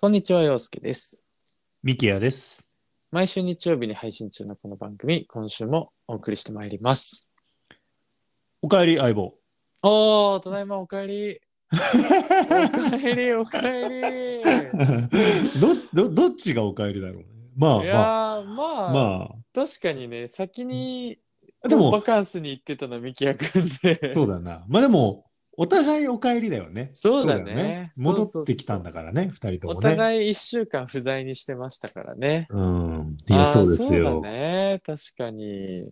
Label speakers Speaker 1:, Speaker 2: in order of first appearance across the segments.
Speaker 1: こんにちは、陽介です。
Speaker 2: ミキヤです。
Speaker 1: 毎週日曜日に配信中のこの番組、今週もお送りしてまいります。
Speaker 2: おかえり相棒。
Speaker 1: おー、ただいまおかえり。おかえり、おかえり。
Speaker 2: どどどっちがおかえりだろうね。まあ
Speaker 1: い
Speaker 2: ま
Speaker 1: やー、ま
Speaker 2: あ
Speaker 1: あ、
Speaker 2: ま
Speaker 1: 確かにね、先に
Speaker 2: あ。で
Speaker 1: バ
Speaker 2: も
Speaker 1: カンスに行ってたの、ミキヤ君で。
Speaker 2: そうだな。まあでもお互いおかえりだよね。
Speaker 1: そうだ
Speaker 2: よ
Speaker 1: ね。
Speaker 2: 戻ってきたんだ
Speaker 1: か
Speaker 2: からね、二人と
Speaker 1: お
Speaker 2: もね。
Speaker 1: 互い1週間不在にしてましたからね。
Speaker 2: うん。い
Speaker 1: あ
Speaker 2: や
Speaker 1: ー
Speaker 2: そうです
Speaker 1: そ
Speaker 2: よ
Speaker 1: う。だね、確かに。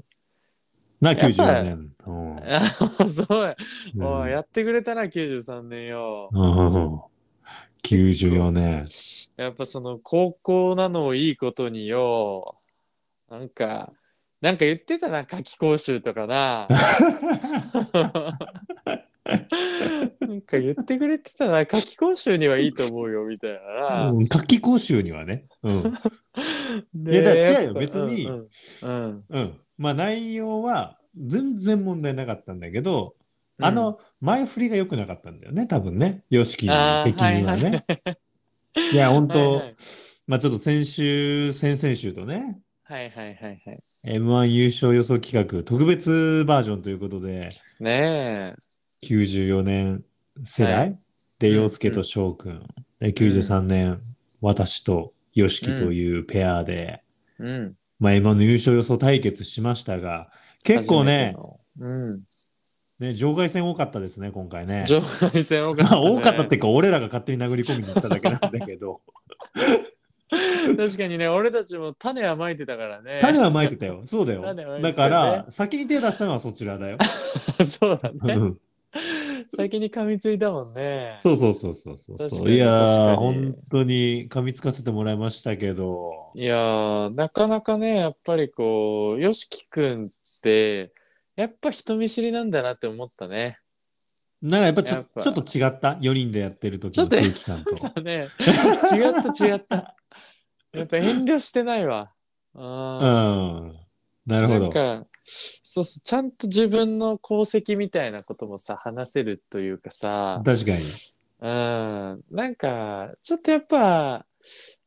Speaker 2: な
Speaker 1: やっぱ
Speaker 2: 94年。うん
Speaker 1: あ そう
Speaker 2: うん
Speaker 1: おいやってくれたな、93年よ。
Speaker 2: うん94年。
Speaker 1: やっぱその高校なのをいいことによ。なんか、なんか言ってたな、夏期講習とか な。なんか言ってくれてたな、夏期講習にはいいと思うよ、みたいなな。
Speaker 2: うん夏季講習にはね。うん。
Speaker 1: で
Speaker 2: いやだから違う
Speaker 1: や
Speaker 2: よ
Speaker 1: っぱ
Speaker 2: 別に
Speaker 1: うんうんうん
Speaker 2: うん。まあ内容は全然問題なかったんだけど、あの、前振りが良くなかったんだよね、多分ね、ヨシキ的
Speaker 1: あー
Speaker 2: にはね。いや、本
Speaker 1: はい
Speaker 2: 当、
Speaker 1: はい
Speaker 2: まあちょっと先週、先々週とね、
Speaker 1: はいはいはいはい。
Speaker 2: M1 優勝予想企画、特別バージョンということで、
Speaker 1: ねえ。
Speaker 2: 94年世代、
Speaker 1: は
Speaker 2: で、
Speaker 1: うん
Speaker 2: 洋介と翔くん、で93年、私とヨシキというペアで、
Speaker 1: うん。
Speaker 2: まあ M1 の優勝予想対決しましたが、結構ね、
Speaker 1: 初めての。うん。
Speaker 2: ね場外戦多かったですね、今回ね。
Speaker 1: 場外戦多かった、
Speaker 2: まあ
Speaker 1: ね。
Speaker 2: 多かったっていうか、俺らが勝手に殴り込みに行っただけなんだ けど。
Speaker 1: 確かにね、俺たちも種はまいてたからね。
Speaker 2: 種はまいてたよ。そうだよ。
Speaker 1: 種はまいてた
Speaker 2: だ
Speaker 1: ね
Speaker 2: から、先に手出したのはそち らだよ。
Speaker 1: そうだ
Speaker 2: う
Speaker 1: ね。
Speaker 2: ん
Speaker 1: 先に噛みついたもんね。
Speaker 2: そうそうそうそうそう
Speaker 1: 確か
Speaker 2: そう。
Speaker 1: に
Speaker 2: いやー、
Speaker 1: 確かに
Speaker 2: 本当に噛みつかせてもらいましたけど。
Speaker 1: いやー、なかなかね、やっぱりこう、よしきくんって、やっぱ人見知りなんだなって思ったね。
Speaker 2: なんかやっぱち
Speaker 1: や
Speaker 2: ょ
Speaker 1: っぱ
Speaker 2: ちょっと違った。4人でやってる時
Speaker 1: ちょ
Speaker 2: の
Speaker 1: っと
Speaker 2: 空気感 と。
Speaker 1: ね、違った違 った。やっぱ遠慮してないわ。
Speaker 2: う
Speaker 1: あ
Speaker 2: ん。な
Speaker 1: ー
Speaker 2: るほ
Speaker 1: なん
Speaker 2: ど。
Speaker 1: か、そうそう、ちゃんと自分の功績みたいなこともさ、話せるというかさ、
Speaker 2: 確かに。
Speaker 1: うん、なんか、ちょっとやっぱ、あ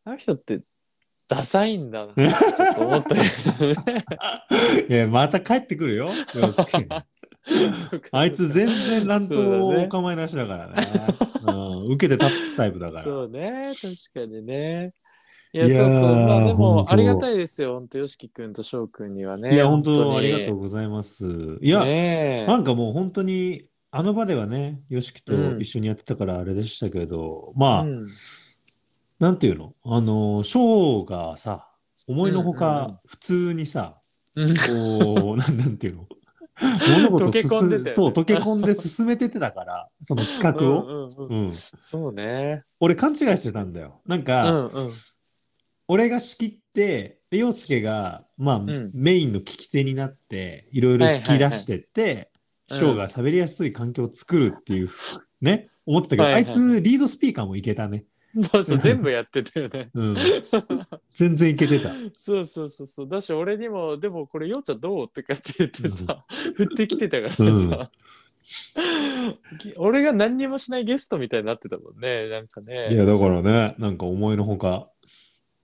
Speaker 1: の人って、ダサいんだなってちょっと思 ったよね
Speaker 2: いや、また帰ってくるよ。洋 介
Speaker 1: そうか
Speaker 2: あいつ全然乱
Speaker 1: そうだ
Speaker 2: 闘
Speaker 1: ね
Speaker 2: お構いなしだからね。うん受けて立つタイプだから。
Speaker 1: そうね、確かにね。い
Speaker 2: い
Speaker 1: や、
Speaker 2: やー
Speaker 1: そうそう。まあで
Speaker 2: 本
Speaker 1: も、
Speaker 2: 当
Speaker 1: ありがたいですよ。本当よしきくんとしょうくんにはね。
Speaker 2: いや、本当ありがと
Speaker 1: う。
Speaker 2: うございます。い
Speaker 1: い
Speaker 2: や、
Speaker 1: ねえ
Speaker 2: なんかもう本当にあの場ではね、よしきと
Speaker 1: うん
Speaker 2: 一緒にやってたからあれでしたけど、まあ、
Speaker 1: うん
Speaker 2: なんていうのあの、ショーがさ、思いのほ
Speaker 1: うんうんうん
Speaker 2: か普通にさ、
Speaker 1: うん
Speaker 2: こう、 なんなんていうの物事
Speaker 1: 溶け込んでたよ
Speaker 2: 進
Speaker 1: ね
Speaker 2: そう、溶け込んで進めててたから、その企画を。
Speaker 1: うんうん
Speaker 2: う
Speaker 1: うん
Speaker 2: ん、
Speaker 1: そうね。
Speaker 2: 俺勘違いしてたんだよ。なん
Speaker 1: う
Speaker 2: か、
Speaker 1: んうん。
Speaker 2: 俺が仕切って、で、洋介が、まあ、
Speaker 1: ん
Speaker 2: メインの聞き手になって、いろいろ引き出してって、
Speaker 1: はいはいはい
Speaker 2: ショーが喋りやすい環境を作るっていう、ね、思ってたけど、
Speaker 1: はいはい
Speaker 2: あいつ、リードスピーカーもいけたね。
Speaker 1: そうそう、全部やってたよね。
Speaker 2: うん。全然いけてた。
Speaker 1: そうそうそうそう。だし、俺にも、でもこれ、ようちゃんどうとかって言ってさ、振ってきてたからさ。ぎ俺が何にもしないゲストみたいになってたもんね。なんかね。
Speaker 2: いや、だからね、なんか思いのほか、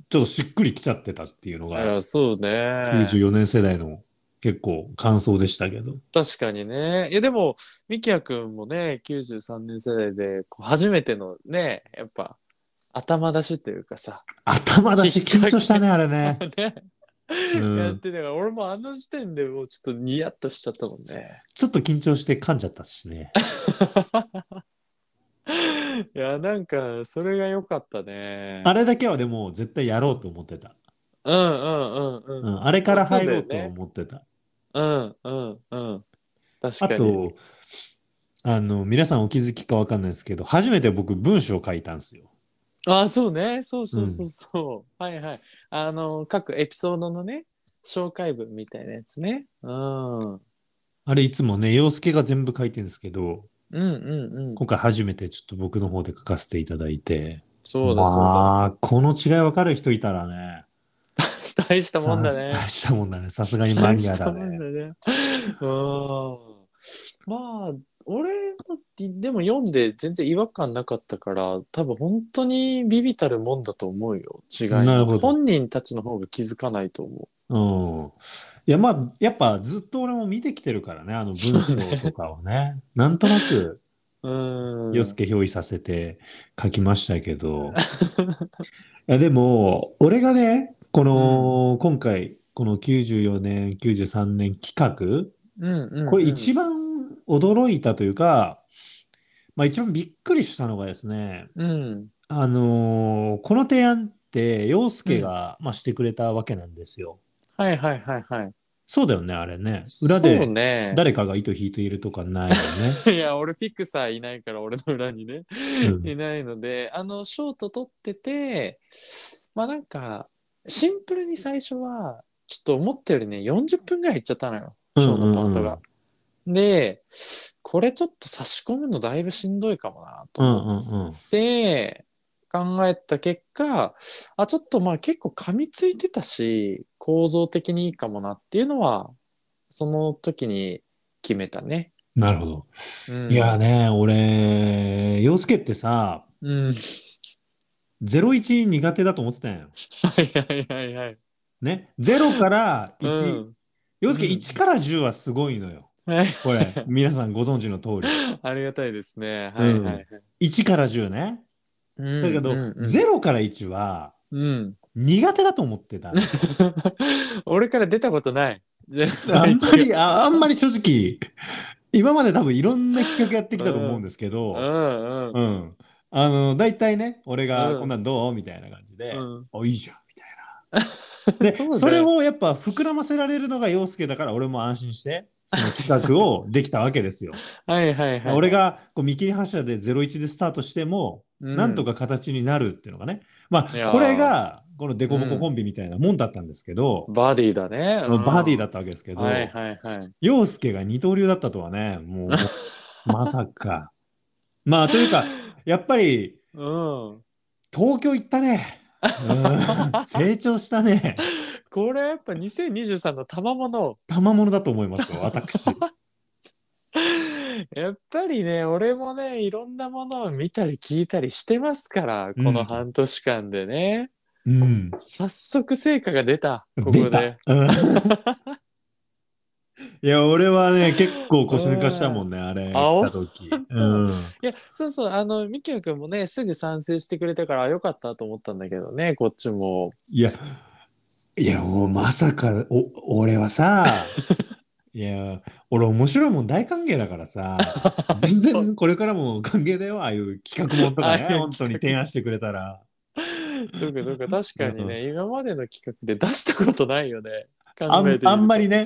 Speaker 2: ちょっとしっくりきちゃってたっていうの
Speaker 1: い
Speaker 2: が、
Speaker 1: やそうね。
Speaker 2: 94年世代の結構感想でしたけど。
Speaker 1: 確かにね。いやでも、ミキヤ君もね、93年世代で、こう初めてのね、やっぱ、頭出しというかさ、
Speaker 2: 頭出し
Speaker 1: きっかけ
Speaker 2: 緊張し たね、あれね。
Speaker 1: ね、
Speaker 2: うん
Speaker 1: やってたから、俺もあの時点でもうちょっとニヤッとしちゃったもんね。
Speaker 2: ちょっと緊張して噛んじゃったしね。
Speaker 1: いや、なんか、それが良かったね。
Speaker 2: あ
Speaker 1: れ
Speaker 2: れだけはでも絶対やろうと思ってた。
Speaker 1: うんうんうんう。
Speaker 2: うんん、あれから入ろう
Speaker 1: そう
Speaker 2: と
Speaker 1: だよね
Speaker 2: 思ってた。
Speaker 1: うんうんうん。確
Speaker 2: あ
Speaker 1: かに。
Speaker 2: と、あの、皆さんお気づきかわかんないですけど、初めて僕文章書いたんですよ。
Speaker 1: ああ、そうね。そうそうそうそう。はいはい。あの、各エピソードのね、紹介文みたいなやつね。うん。
Speaker 2: あれいつもね、洋介が全部書いてるんですけど、
Speaker 1: うんうんうん。
Speaker 2: 今回初めてちょっと僕の方で書かせていただいて。
Speaker 1: そうだそうだ。
Speaker 2: まあ、この違いわかる人いたらね。
Speaker 1: 大したもんだね
Speaker 2: さ。大したもんだね。さすがにマ
Speaker 1: 大
Speaker 2: ニア
Speaker 1: した
Speaker 2: だ
Speaker 1: もん
Speaker 2: ね。
Speaker 1: だね。うん。まあ、俺もでも読んで全然違和感なかったから多分本当にビビたるもんだと思うよ違いに
Speaker 2: なるほど
Speaker 1: 本人たちの方が気づかないと思
Speaker 2: うん。いや、まあ、やっぱずっと俺も見てきてるからね、あの文章とかをね。なんとなく、
Speaker 1: ううん
Speaker 2: 洋介憑依させて書きましたけ ど。いや、でも、俺がね、この、今回、この94年、93年企画、
Speaker 1: うんうんうん
Speaker 2: これ一番驚いたというか、まあ一番びっくりしたのがですね、
Speaker 1: うん
Speaker 2: あのーこの提案って陽介が、まあ、してくれたわけなんですよ。
Speaker 1: はいはいはいはい
Speaker 2: そうだよね、あれね。裏で
Speaker 1: そうね
Speaker 2: 誰かが糸引いているとかないよ ね。
Speaker 1: いや俺フィクサーいないから俺の裏にね
Speaker 2: うん
Speaker 1: いないのであのショート撮っててまあなんかシンプルに最初はちょっと思ったよりね40分ぐらいいっちゃったのよショーのパートが。でこれちょっと差し込むのだいぶしんどいかもなと
Speaker 2: うんう
Speaker 1: 思っ
Speaker 2: んうん。
Speaker 1: て考えた結果あちょっとまあ結構噛みついてたし構造的にいいかもなっていうのはその時に決めたね。
Speaker 2: なるほど。
Speaker 1: うん、
Speaker 2: いやね、俺、陽介ってさ、
Speaker 1: うん、 はい
Speaker 2: 01苦手だと思ってたんよ。
Speaker 1: はいはいはい。
Speaker 2: ね。0から1。
Speaker 1: うん
Speaker 2: 陽介
Speaker 1: うん
Speaker 2: 1から10はすごい のよ。
Speaker 1: はい
Speaker 2: これ、皆さんご存知の通
Speaker 1: ありがたいですね。
Speaker 2: う
Speaker 1: はい
Speaker 2: ん
Speaker 1: はいはい。
Speaker 2: り。1から10ね。
Speaker 1: うん
Speaker 2: だけど、
Speaker 1: うんうん
Speaker 2: 0から1は
Speaker 1: うん。
Speaker 2: 苦手だと思ってた。
Speaker 1: 俺から出たことない。
Speaker 2: あんまり、ああんまり正直、今まで多分いろんな企画やってきたと思うんですけ
Speaker 1: う
Speaker 2: ど、
Speaker 1: んうん。
Speaker 2: うん。あの、大体ね、俺
Speaker 1: う
Speaker 2: が
Speaker 1: ん
Speaker 2: こんなんどうみたいな感じで、
Speaker 1: うん
Speaker 2: あ、いいじゃん、みたいな。で、
Speaker 1: そ
Speaker 2: そう
Speaker 1: だよ
Speaker 2: れをやっぱ膨らませられるのが陽介だから、俺も安心して、その企画をできたわけですよ。
Speaker 1: はいはいはい。
Speaker 2: 俺、がこう見切り発車で01でスタートしても、なんと。か形になるっていうのがね。ま
Speaker 1: いや
Speaker 2: あ、
Speaker 1: ー
Speaker 2: これが、このデコボココンビみたいなもんだったんですけど、
Speaker 1: バディだね。うん
Speaker 2: バディだったわけですけど、
Speaker 1: はいはいはい。
Speaker 2: 陽介が二刀流だったとはね、 もう、まさか。まあ、というか、やっぱり、
Speaker 1: うん。
Speaker 2: 東京行ったね。 うん成長したね。
Speaker 1: これやっぱ2023の賜物。
Speaker 2: 賜物だと思いますよ、私。
Speaker 1: やっぱりね、俺もね、いろんなものを見たり聞いたりしてますから、こ
Speaker 2: う
Speaker 1: の
Speaker 2: ん
Speaker 1: 半年間でね。
Speaker 2: うん。
Speaker 1: 早速成果が出た。ここ
Speaker 2: 出
Speaker 1: で。
Speaker 2: た。うん いや、俺はね、結構腰抜かしたもんね、あれ、
Speaker 1: あお
Speaker 2: 来た時。うん。
Speaker 1: いや、そうそう、あの、みきやくんもね、すぐ賛成してくれたから、あよかったと思ったんだけどね、こっちも。
Speaker 2: いや、いや、もうまさか、お、俺 はさ、いや、俺面白いもん大歓迎だからさ、全然これからも歓迎だよ、ああいう企画もんとかね
Speaker 1: ああいう企画、
Speaker 2: 本当に提案してくれたら。
Speaker 1: そうか、そう か、確かにね、今までの企画で出したことないよね。考
Speaker 2: あ
Speaker 1: え
Speaker 2: ん
Speaker 1: てみると
Speaker 2: あんまり。ね、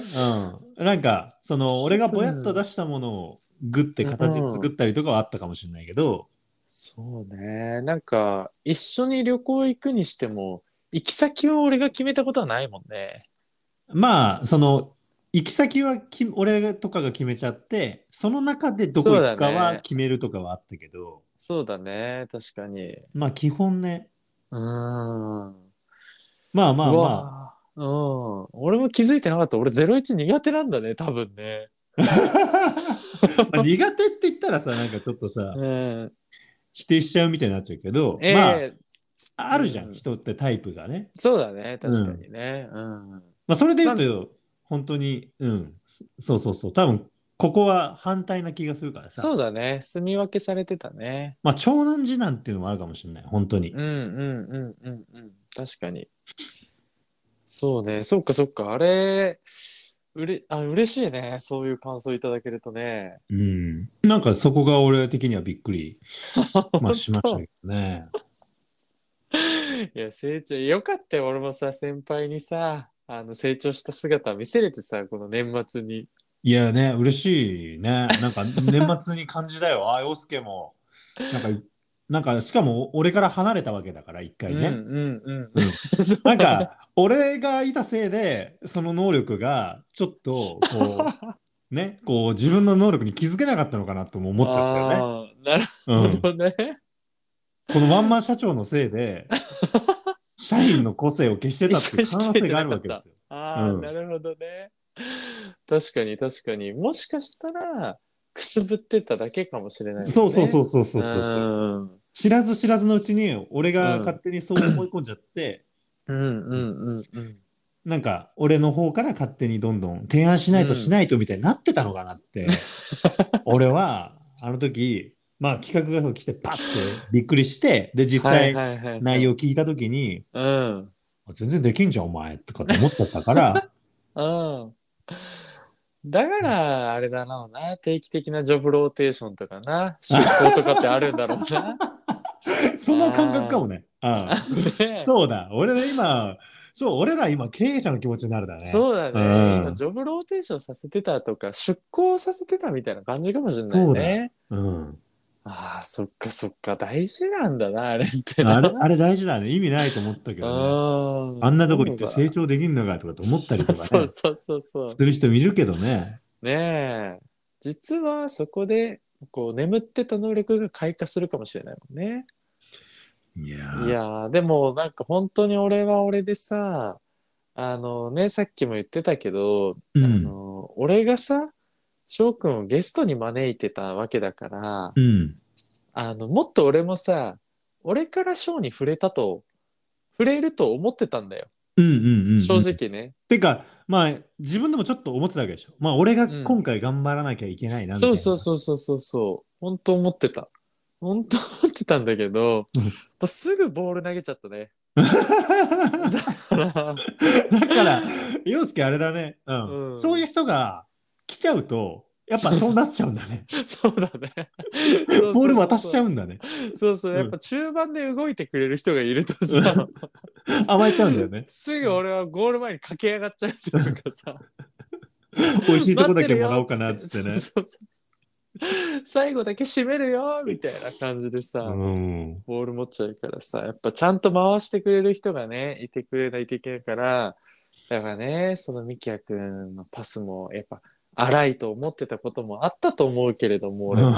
Speaker 2: うん。なんか、その、俺がぼやっと出したものをグッて形作ったりとかはあったかもしれないけど、
Speaker 1: そうね、なんか、一緒に旅行行くにしても、行き先を俺が決めたことはないもんね。
Speaker 2: まあ、その、行き先はき俺とかが決めちゃって、その中でどこ行くか
Speaker 1: そうだね
Speaker 2: は決めるとかはあったけど、
Speaker 1: そうだね、確かに。
Speaker 2: まあ基本ね、
Speaker 1: うーん。
Speaker 2: まあまあ
Speaker 1: う
Speaker 2: まあ、
Speaker 1: わうん、俺も気づいてなかった俺01苦手なんだね多分ね、
Speaker 2: まあ苦手って言ったらさ、なんかちょっとさ、
Speaker 1: うん、
Speaker 2: 否定しちゃうみたいになっちゃうけど、
Speaker 1: ええ
Speaker 2: まあ、あるじゃ
Speaker 1: うん
Speaker 2: ん、人ってタイプがね。
Speaker 1: そうだね確かにねうん
Speaker 2: まあ、それで言うと、本当に、うん、そそうそうそう、多分ここは反対な気がするからさ、
Speaker 1: そうだね。住み分けされてたね。
Speaker 2: まあ、長男次男っていうのもあるかもしれない、本当に。
Speaker 1: うんうんうんうんうん。確かに。そうね。そっかそっか。あれ、うれ、あ、嬉しいね。そういう感想いただけるとね。
Speaker 2: うん。なんかそこが俺的にはびっ くり、まあ、しましたけどね。
Speaker 1: いや、成長、よかったよ。俺もさ、先輩にさ、あの、成長した姿見せれてさ、この年末に。
Speaker 2: いやね、嬉しいね。なんか年末に感じだよ。ああ、 洋介も。なんか、なんか、しかも俺から離れたわけだから、一回ね。
Speaker 1: うんうんうん。
Speaker 2: うん
Speaker 1: そう
Speaker 2: なん、か、俺がいたせいで、その能力が、ちょっと、こう、 ね、こう、自分の能力に気づけなかったのかなとも思っちゃった
Speaker 1: よね。な
Speaker 2: よね。
Speaker 1: る
Speaker 2: う
Speaker 1: ほ
Speaker 2: ん、
Speaker 1: どね。
Speaker 2: このワンマン社長のせいで、社員の個性を消してたっていう可能性があるわけですよ。
Speaker 1: ああ、
Speaker 2: うん
Speaker 1: なるほどね。確かに確かに。もしかしたら、くすぶってただけかもしれない、
Speaker 2: そうそうそううそうそうそう
Speaker 1: う
Speaker 2: そう。
Speaker 1: んうん
Speaker 2: 知らず知らずのうちに、俺
Speaker 1: う
Speaker 2: が
Speaker 1: ん
Speaker 2: 勝手にそう思い込んじゃって、
Speaker 1: うんうん
Speaker 2: なんか、俺の方から勝手にどんどん提案しないとしないとみたいになってたのかなって、 俺は、あの時、まあ企画が来てパッてびっくりして、で、実際
Speaker 1: 際
Speaker 2: 内容聞いた時に、
Speaker 1: うん
Speaker 2: あ全然できんじゃん、お前とかって思っちゃった から、
Speaker 1: うんだからあれだろうな定期的なジョブローテーションとかな出向とかってあるんだろう な
Speaker 2: そんな感覚かもね。うん
Speaker 1: ね
Speaker 2: そうだ、俺ら今、そう、俺ら今経営者の気持ちになるだね。
Speaker 1: そうだね、
Speaker 2: うん
Speaker 1: 今ジョブローテーションさせてたとか出向させてたみたいな感じかもしれな
Speaker 2: そ
Speaker 1: いうね
Speaker 2: うん。
Speaker 1: ああそっかそっか大事なんだなあれって な
Speaker 2: あれ、あれ大事だね。意味ないと思ってたけどね。
Speaker 1: あ
Speaker 2: あんなとこ行って成
Speaker 1: 長
Speaker 2: 長できんのかとかって思ったりとか
Speaker 1: そ
Speaker 2: ね。
Speaker 1: う
Speaker 2: す
Speaker 1: そうそうそう
Speaker 2: る人見るけどね。
Speaker 1: ねえ実はそこでこう眠ってた能力が開花するかもしれないもんね
Speaker 2: いや
Speaker 1: い
Speaker 2: ー。
Speaker 1: やーでもなんか本当に俺は俺でさあのねさっきも言ってたけど、
Speaker 2: うん
Speaker 1: あの俺がさ翔くんをゲストに招いてたわけだから、
Speaker 2: うん。
Speaker 1: あのもっと俺もさ俺から翔に触れたと触れると思ってたんだよ
Speaker 2: うんうんうんうん。
Speaker 1: 正。直ね、
Speaker 2: てか、まあ、自分でもちょっと思ってたわけでしょ。まあ、俺が今回頑張らなきゃいけないなみたい
Speaker 1: そ
Speaker 2: な。
Speaker 1: うそうそうそうそうそう本当思ってた本当思ってたんだけど
Speaker 2: うん
Speaker 1: もうすぐボール投げちゃった ねだから
Speaker 2: だから、洋介あれだね。う。
Speaker 1: うんん
Speaker 2: そういう人が来ちゃうと、やっぱそうなっちゃうんだね。
Speaker 1: そうだ ね
Speaker 2: ボール渡しちゃ
Speaker 1: う
Speaker 2: うんだね。
Speaker 1: そうそう
Speaker 2: うん
Speaker 1: やっぱ中盤で動いてくれる人がいると さ
Speaker 2: 甘えちゃうんだ よね。
Speaker 1: すぐ俺はゴール前に駆け上がっちゃうというかさ
Speaker 2: 美味しいとこだけもらおうかなっ
Speaker 1: 待
Speaker 2: つ
Speaker 1: て
Speaker 2: って
Speaker 1: る
Speaker 2: ね
Speaker 1: よ。そうそうそう最後だけ締めるよみたいな感じでさ、
Speaker 2: うん。
Speaker 1: ボール持っちゃうからさ、やっぱちゃんと回してくれる人がね、いてくれないといけないから、だからね、そのミキヤ君のパスも、やっぱ、荒いと思ってたこともあったと思うけれども、俺もね。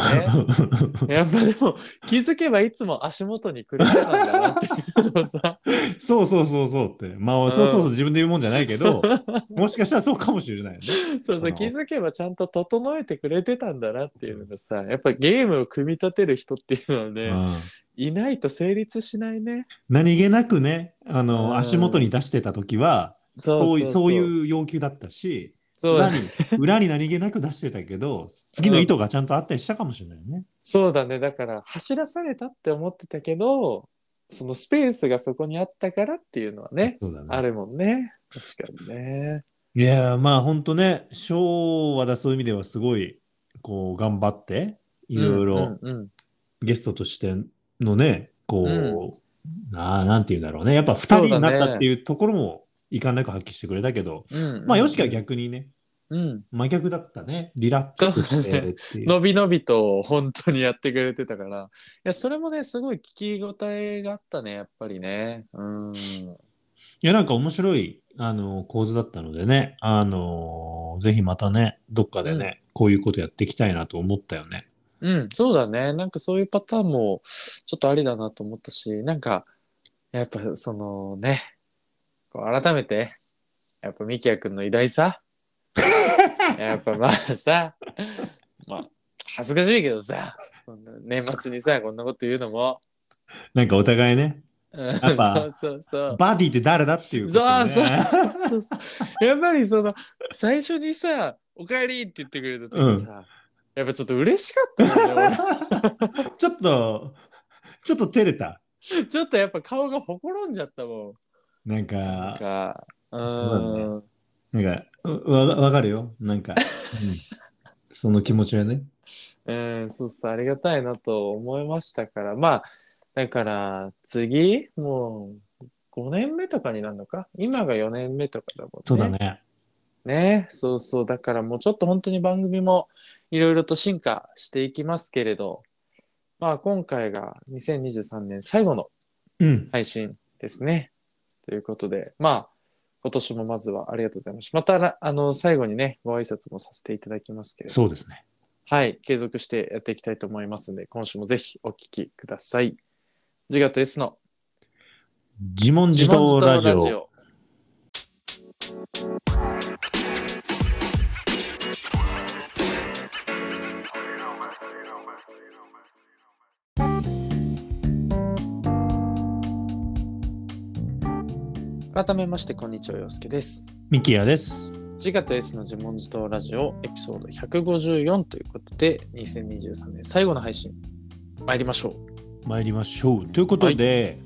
Speaker 1: やっぱでも、気づけばいつも足元にくれてたんだなっていうのをさ、
Speaker 2: そうそうそうそうって。まあ、そうそうそう自分で言うもんじゃないけ ど、もしかしたらそうかもしれないよね。
Speaker 1: そうそう、気づけばちゃんと整えてくれてたんだなっていうのがさ、やっぱゲームを組み立てる人っていうのはね、
Speaker 2: うん
Speaker 1: いないと成立しないね。
Speaker 2: 何気なくね、あ
Speaker 1: う
Speaker 2: の、
Speaker 1: ん
Speaker 2: 足元に出してた時は、
Speaker 1: そ
Speaker 2: そういうそう
Speaker 1: う。
Speaker 2: いう要求だったし、
Speaker 1: そう
Speaker 2: 裏に裏に何気なく出してたけど、次の意図がちゃんとあったりしたかもしれないよね。
Speaker 1: そうだねだから走らされたって思ってたけどそのスペースがそこにあったからっていうのはね
Speaker 2: そうだね
Speaker 1: あ。るもんね確かにね
Speaker 2: いやーまあ本当ね、昭和だそういう意味ではすごい、こう、頑張って、いろいろ
Speaker 1: うんうん
Speaker 2: ゲストとしてのね、こう、
Speaker 1: う
Speaker 2: なあなんて言うんだろうね。やっぱ二人
Speaker 1: そうだ
Speaker 2: に
Speaker 1: ね
Speaker 2: なったっていうところもいかんなく発揮してくれたけど、
Speaker 1: うんうん
Speaker 2: まあ、よしきは逆にね、
Speaker 1: うん
Speaker 2: 真逆だったね。リラックスしてっていう。
Speaker 1: 伸び伸びと本当にやってくれてたからいやそれもねすごい聞き応えがあったねやっぱりねうん
Speaker 2: いや、なんか面白い、あの、構図だったのでね、あのーぜひまたね、どっかでね、こういうことやっていきたいなと思ったよね。
Speaker 1: うん、そうだね。なんかそういうパターンもちょっとありだなと思ったし、なんか、やっぱそのね、こう改めて、やっぱミキヤ君の偉大 さ、やっぱまあさ、まあ、恥ずかしいけどさ、こんな年末にさ、こんなこと言うのも、
Speaker 2: なんかお互いね、
Speaker 1: うん
Speaker 2: っぱ
Speaker 1: そうそうそう。
Speaker 2: バディって誰だっていうことね、
Speaker 1: そうそうそうそう。やっぱりその、最初にさ、おかえりって言ってくれた時さ、
Speaker 2: うん
Speaker 1: やっぱちょっと嬉しかったよね、俺
Speaker 2: ちょっと、ちょっと照れた。
Speaker 1: ちょっとやっぱ顔がほころんじゃったもん。
Speaker 2: なんか、
Speaker 1: なんか、う
Speaker 2: そうだ
Speaker 1: ん。
Speaker 2: なんか、うわわかるよ。なん か、うんその気持ちはね。
Speaker 1: うん、そうそう、ありがたいなと思いましたから。まあ、だから、次、もう、5年目とかになるのか今が4年目とかだもんね。
Speaker 2: そうだ。ね。
Speaker 1: ね、そうそう。だからもうちょっと本当に番組もいろいろと進化していきますけれど、まあ今回が2023年最後の
Speaker 2: うん。
Speaker 1: 配信ですね。ということで、まあ、今年もまずはありがとうございます。またら、あの、最後にね、ご挨拶もさせていただきますけれど、
Speaker 2: そうですね。
Speaker 1: はい、継続してやっていきたいと思いますので、今週もぜひお聞きください。ジガと S の
Speaker 2: 自問自答ラジ
Speaker 1: 自問自。答ラ
Speaker 2: オ
Speaker 1: ジオ改めまして、こんにちは、洋介です。
Speaker 2: ミキヤです。
Speaker 1: 自我と S の自問自答ラジオエピソード154ということで、2023年最後の配信、参りましょう。
Speaker 2: 参りましょう。ということで、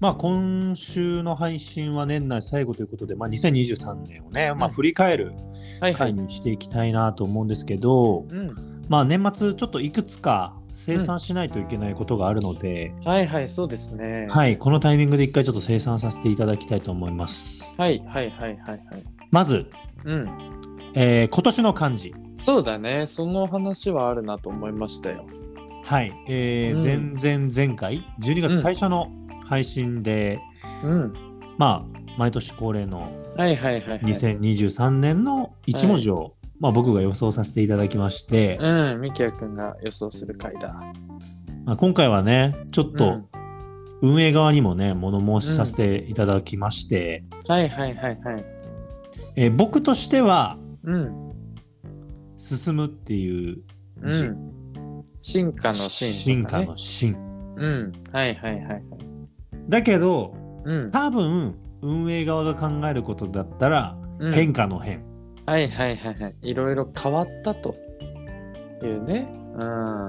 Speaker 2: まあ今週の配信は年内最後ということで、まあ2023年をね、まあ
Speaker 1: うん
Speaker 2: 振り返る
Speaker 1: はいは
Speaker 2: 回
Speaker 1: い。
Speaker 2: にしていきたいなと思うんですけど、
Speaker 1: うん。
Speaker 2: まあ年末ちょっといくつか生産しないといけないことがあるので、
Speaker 1: はいはい、そうですね。
Speaker 2: はい、このタイミングで一回ちょっと生産させていただきたいと思います。
Speaker 1: はいはいはいはいはい。
Speaker 2: まず、
Speaker 1: うん。
Speaker 2: えー今年の漢字。
Speaker 1: そうだね。その話はあるなと思いましたよ。
Speaker 2: はい、えー
Speaker 1: うん
Speaker 2: 前々前回、12
Speaker 1: う
Speaker 2: 月
Speaker 1: ん
Speaker 2: 最初の配信で、
Speaker 1: うん。
Speaker 2: まあ、毎年恒例の
Speaker 1: はいはいはい、はい。
Speaker 2: 2023年の1文字を、まあ、僕が予想させていただきまして、
Speaker 1: うん、ミキヤくんが予想する回だ。
Speaker 2: まあ、今回はね、ちょっ
Speaker 1: う
Speaker 2: と
Speaker 1: ん
Speaker 2: 運営側にもね、物申しさせていただきまして、
Speaker 1: はいはいはいはい。
Speaker 2: えー僕としては、
Speaker 1: うん。
Speaker 2: 進むっていう
Speaker 1: う
Speaker 2: じ
Speaker 1: ん。進化の進
Speaker 2: 進
Speaker 1: とか
Speaker 2: 化
Speaker 1: ね
Speaker 2: の進。
Speaker 1: うん。はいはいはいはい。
Speaker 2: だけど
Speaker 1: うん。
Speaker 2: 多分運営側が考えることだったら
Speaker 1: うん
Speaker 2: 変化の変、
Speaker 1: はいはいはいはい。いろいろ変わったというね。うん。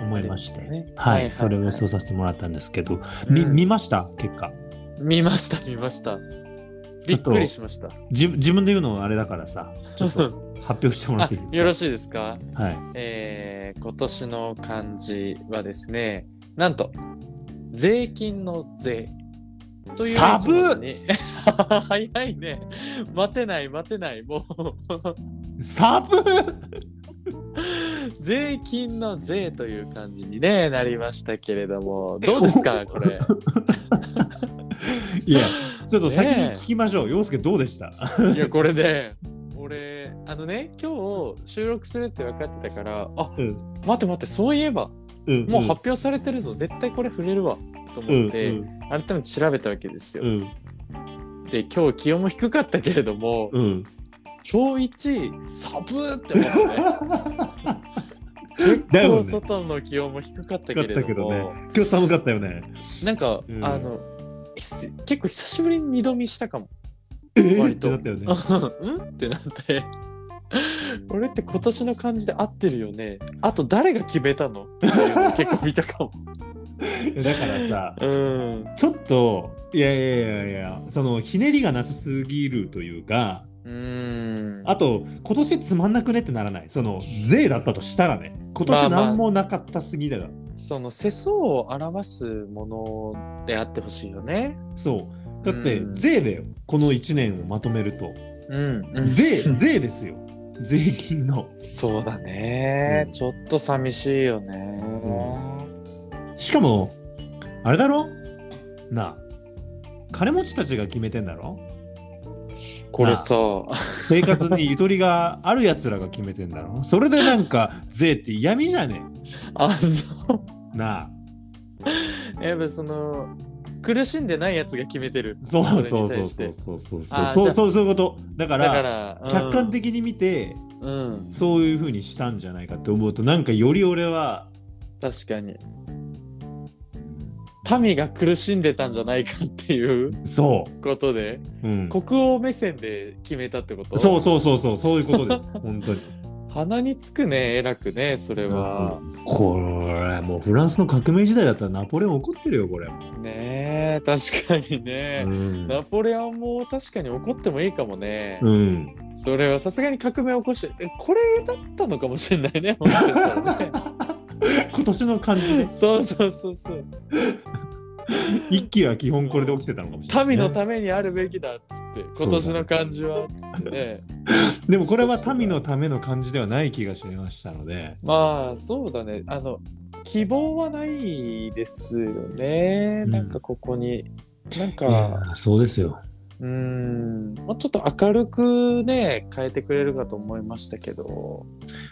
Speaker 2: 思いまして、
Speaker 1: ね
Speaker 2: はい
Speaker 1: はい
Speaker 2: それを予想させてもらったんですけど、み
Speaker 1: うん
Speaker 2: 見ました結果
Speaker 1: 見ました見ました。びっくりしました。
Speaker 2: 自自分で言うのはあれだからさちょっと発表してもらっ
Speaker 1: あ
Speaker 2: ていいですか
Speaker 1: よろしいですか、
Speaker 2: はい、
Speaker 1: えー、今年の漢字はですね、なんと、税金の税。という
Speaker 2: サブ
Speaker 1: 一文字に 早いね。待てない待てない。もう、
Speaker 2: サブ
Speaker 1: 税金の税という感じに、ね、なりましたけれども、どうですか、これ。
Speaker 2: いやちょっと先に
Speaker 1: ねえ
Speaker 2: 聞きましょう、洋介どうでした
Speaker 1: いやこれで俺あのね今日収録するって分かってたからあ
Speaker 2: うん
Speaker 1: 待って待ってそういえばもう発表されてるぞ、絶対これ触れるわと思って、
Speaker 2: うん
Speaker 1: 改めて調べたわけですよ
Speaker 2: う。ん
Speaker 1: で今日気温も低かったけれども、
Speaker 2: うん うん
Speaker 1: 今日一サブーって思って ね
Speaker 2: だ
Speaker 1: 今
Speaker 2: よね
Speaker 1: 日外の気温も低かったけれども、
Speaker 2: だったけど今日寒かったよね
Speaker 1: なんか、
Speaker 2: うん
Speaker 1: あのす結構久しぶりに二度見したかも。
Speaker 2: えー、っ
Speaker 1: 割
Speaker 2: て
Speaker 1: と
Speaker 2: なったよね
Speaker 1: うんってなって。これって今年の感じで合ってるよねあと誰が決めたのっていうのを結構見たか も。
Speaker 2: いやだからさ
Speaker 1: うん。
Speaker 2: ちょっといやいやいやいやそのひねりがなさすぎるというか
Speaker 1: うん。
Speaker 2: あと今年つまんなくねってならないその税だったとしたらね今年
Speaker 1: まあまあ
Speaker 2: 何もなかったすぎだが、
Speaker 1: その世相を表すものであってほしいよね。
Speaker 2: そうだって
Speaker 1: うん
Speaker 2: 税だよこの1年をまとめると
Speaker 1: うん、
Speaker 2: 税税ですよ税金の
Speaker 1: そうだね、
Speaker 2: うん
Speaker 1: ちょっと寂しいよね。
Speaker 2: しかもあれだろなあ金持ちたちが決めてんだろ
Speaker 1: これさ、
Speaker 2: 生活にゆとりがあるやつらが決めてんだろそれでなんか税って嫌味じゃね
Speaker 1: あ、そう。
Speaker 2: えなあ
Speaker 1: やっぱその、苦しんでないやつが決めてる。
Speaker 2: そうそ
Speaker 1: そ
Speaker 2: うそう
Speaker 1: れに
Speaker 2: そう
Speaker 1: 対して
Speaker 2: そうそう
Speaker 1: あ
Speaker 2: そう
Speaker 1: ー
Speaker 2: そ
Speaker 1: じ
Speaker 2: うそうそういうことだか
Speaker 1: だからら、うん
Speaker 2: 客観。的に見て
Speaker 1: うん、
Speaker 2: そういうふうにしたんじゃないかって思うとなんかより俺は
Speaker 1: 確かに。民が苦しんでたんじゃないかっていう
Speaker 2: そ
Speaker 1: ことで、
Speaker 2: う、うん、
Speaker 1: 国王目線で決めたってこと
Speaker 2: そうそうそうそうそういうことです 本当に
Speaker 1: 鼻につくね、偉くね、それは。
Speaker 2: これもうフランスの革命時代だったらナポレオン怒ってるよこれ、
Speaker 1: ねえ、確かにね。
Speaker 2: うん
Speaker 1: ナポレオンも確かに怒ってもいいかもね。
Speaker 2: うん、
Speaker 1: それはさすがに革命を起こして、えこれだったのかもしれないね、 もしかしたらね
Speaker 2: 今年の感じね
Speaker 1: そうそうそうそう。
Speaker 2: 一期は基本これで起きてたのかもしれない、ね、
Speaker 1: 民のためにあるべきだっつって、今年の感じはっつってね。
Speaker 2: でもこれは民のための感じではない気がしましたので
Speaker 1: まあそうだねあの希望はないですよね、
Speaker 2: うん
Speaker 1: なんかここになん
Speaker 2: いや
Speaker 1: か
Speaker 2: ーそうですよ
Speaker 1: うーんもうちょっと明るくね変えてくれるかと思いましたけど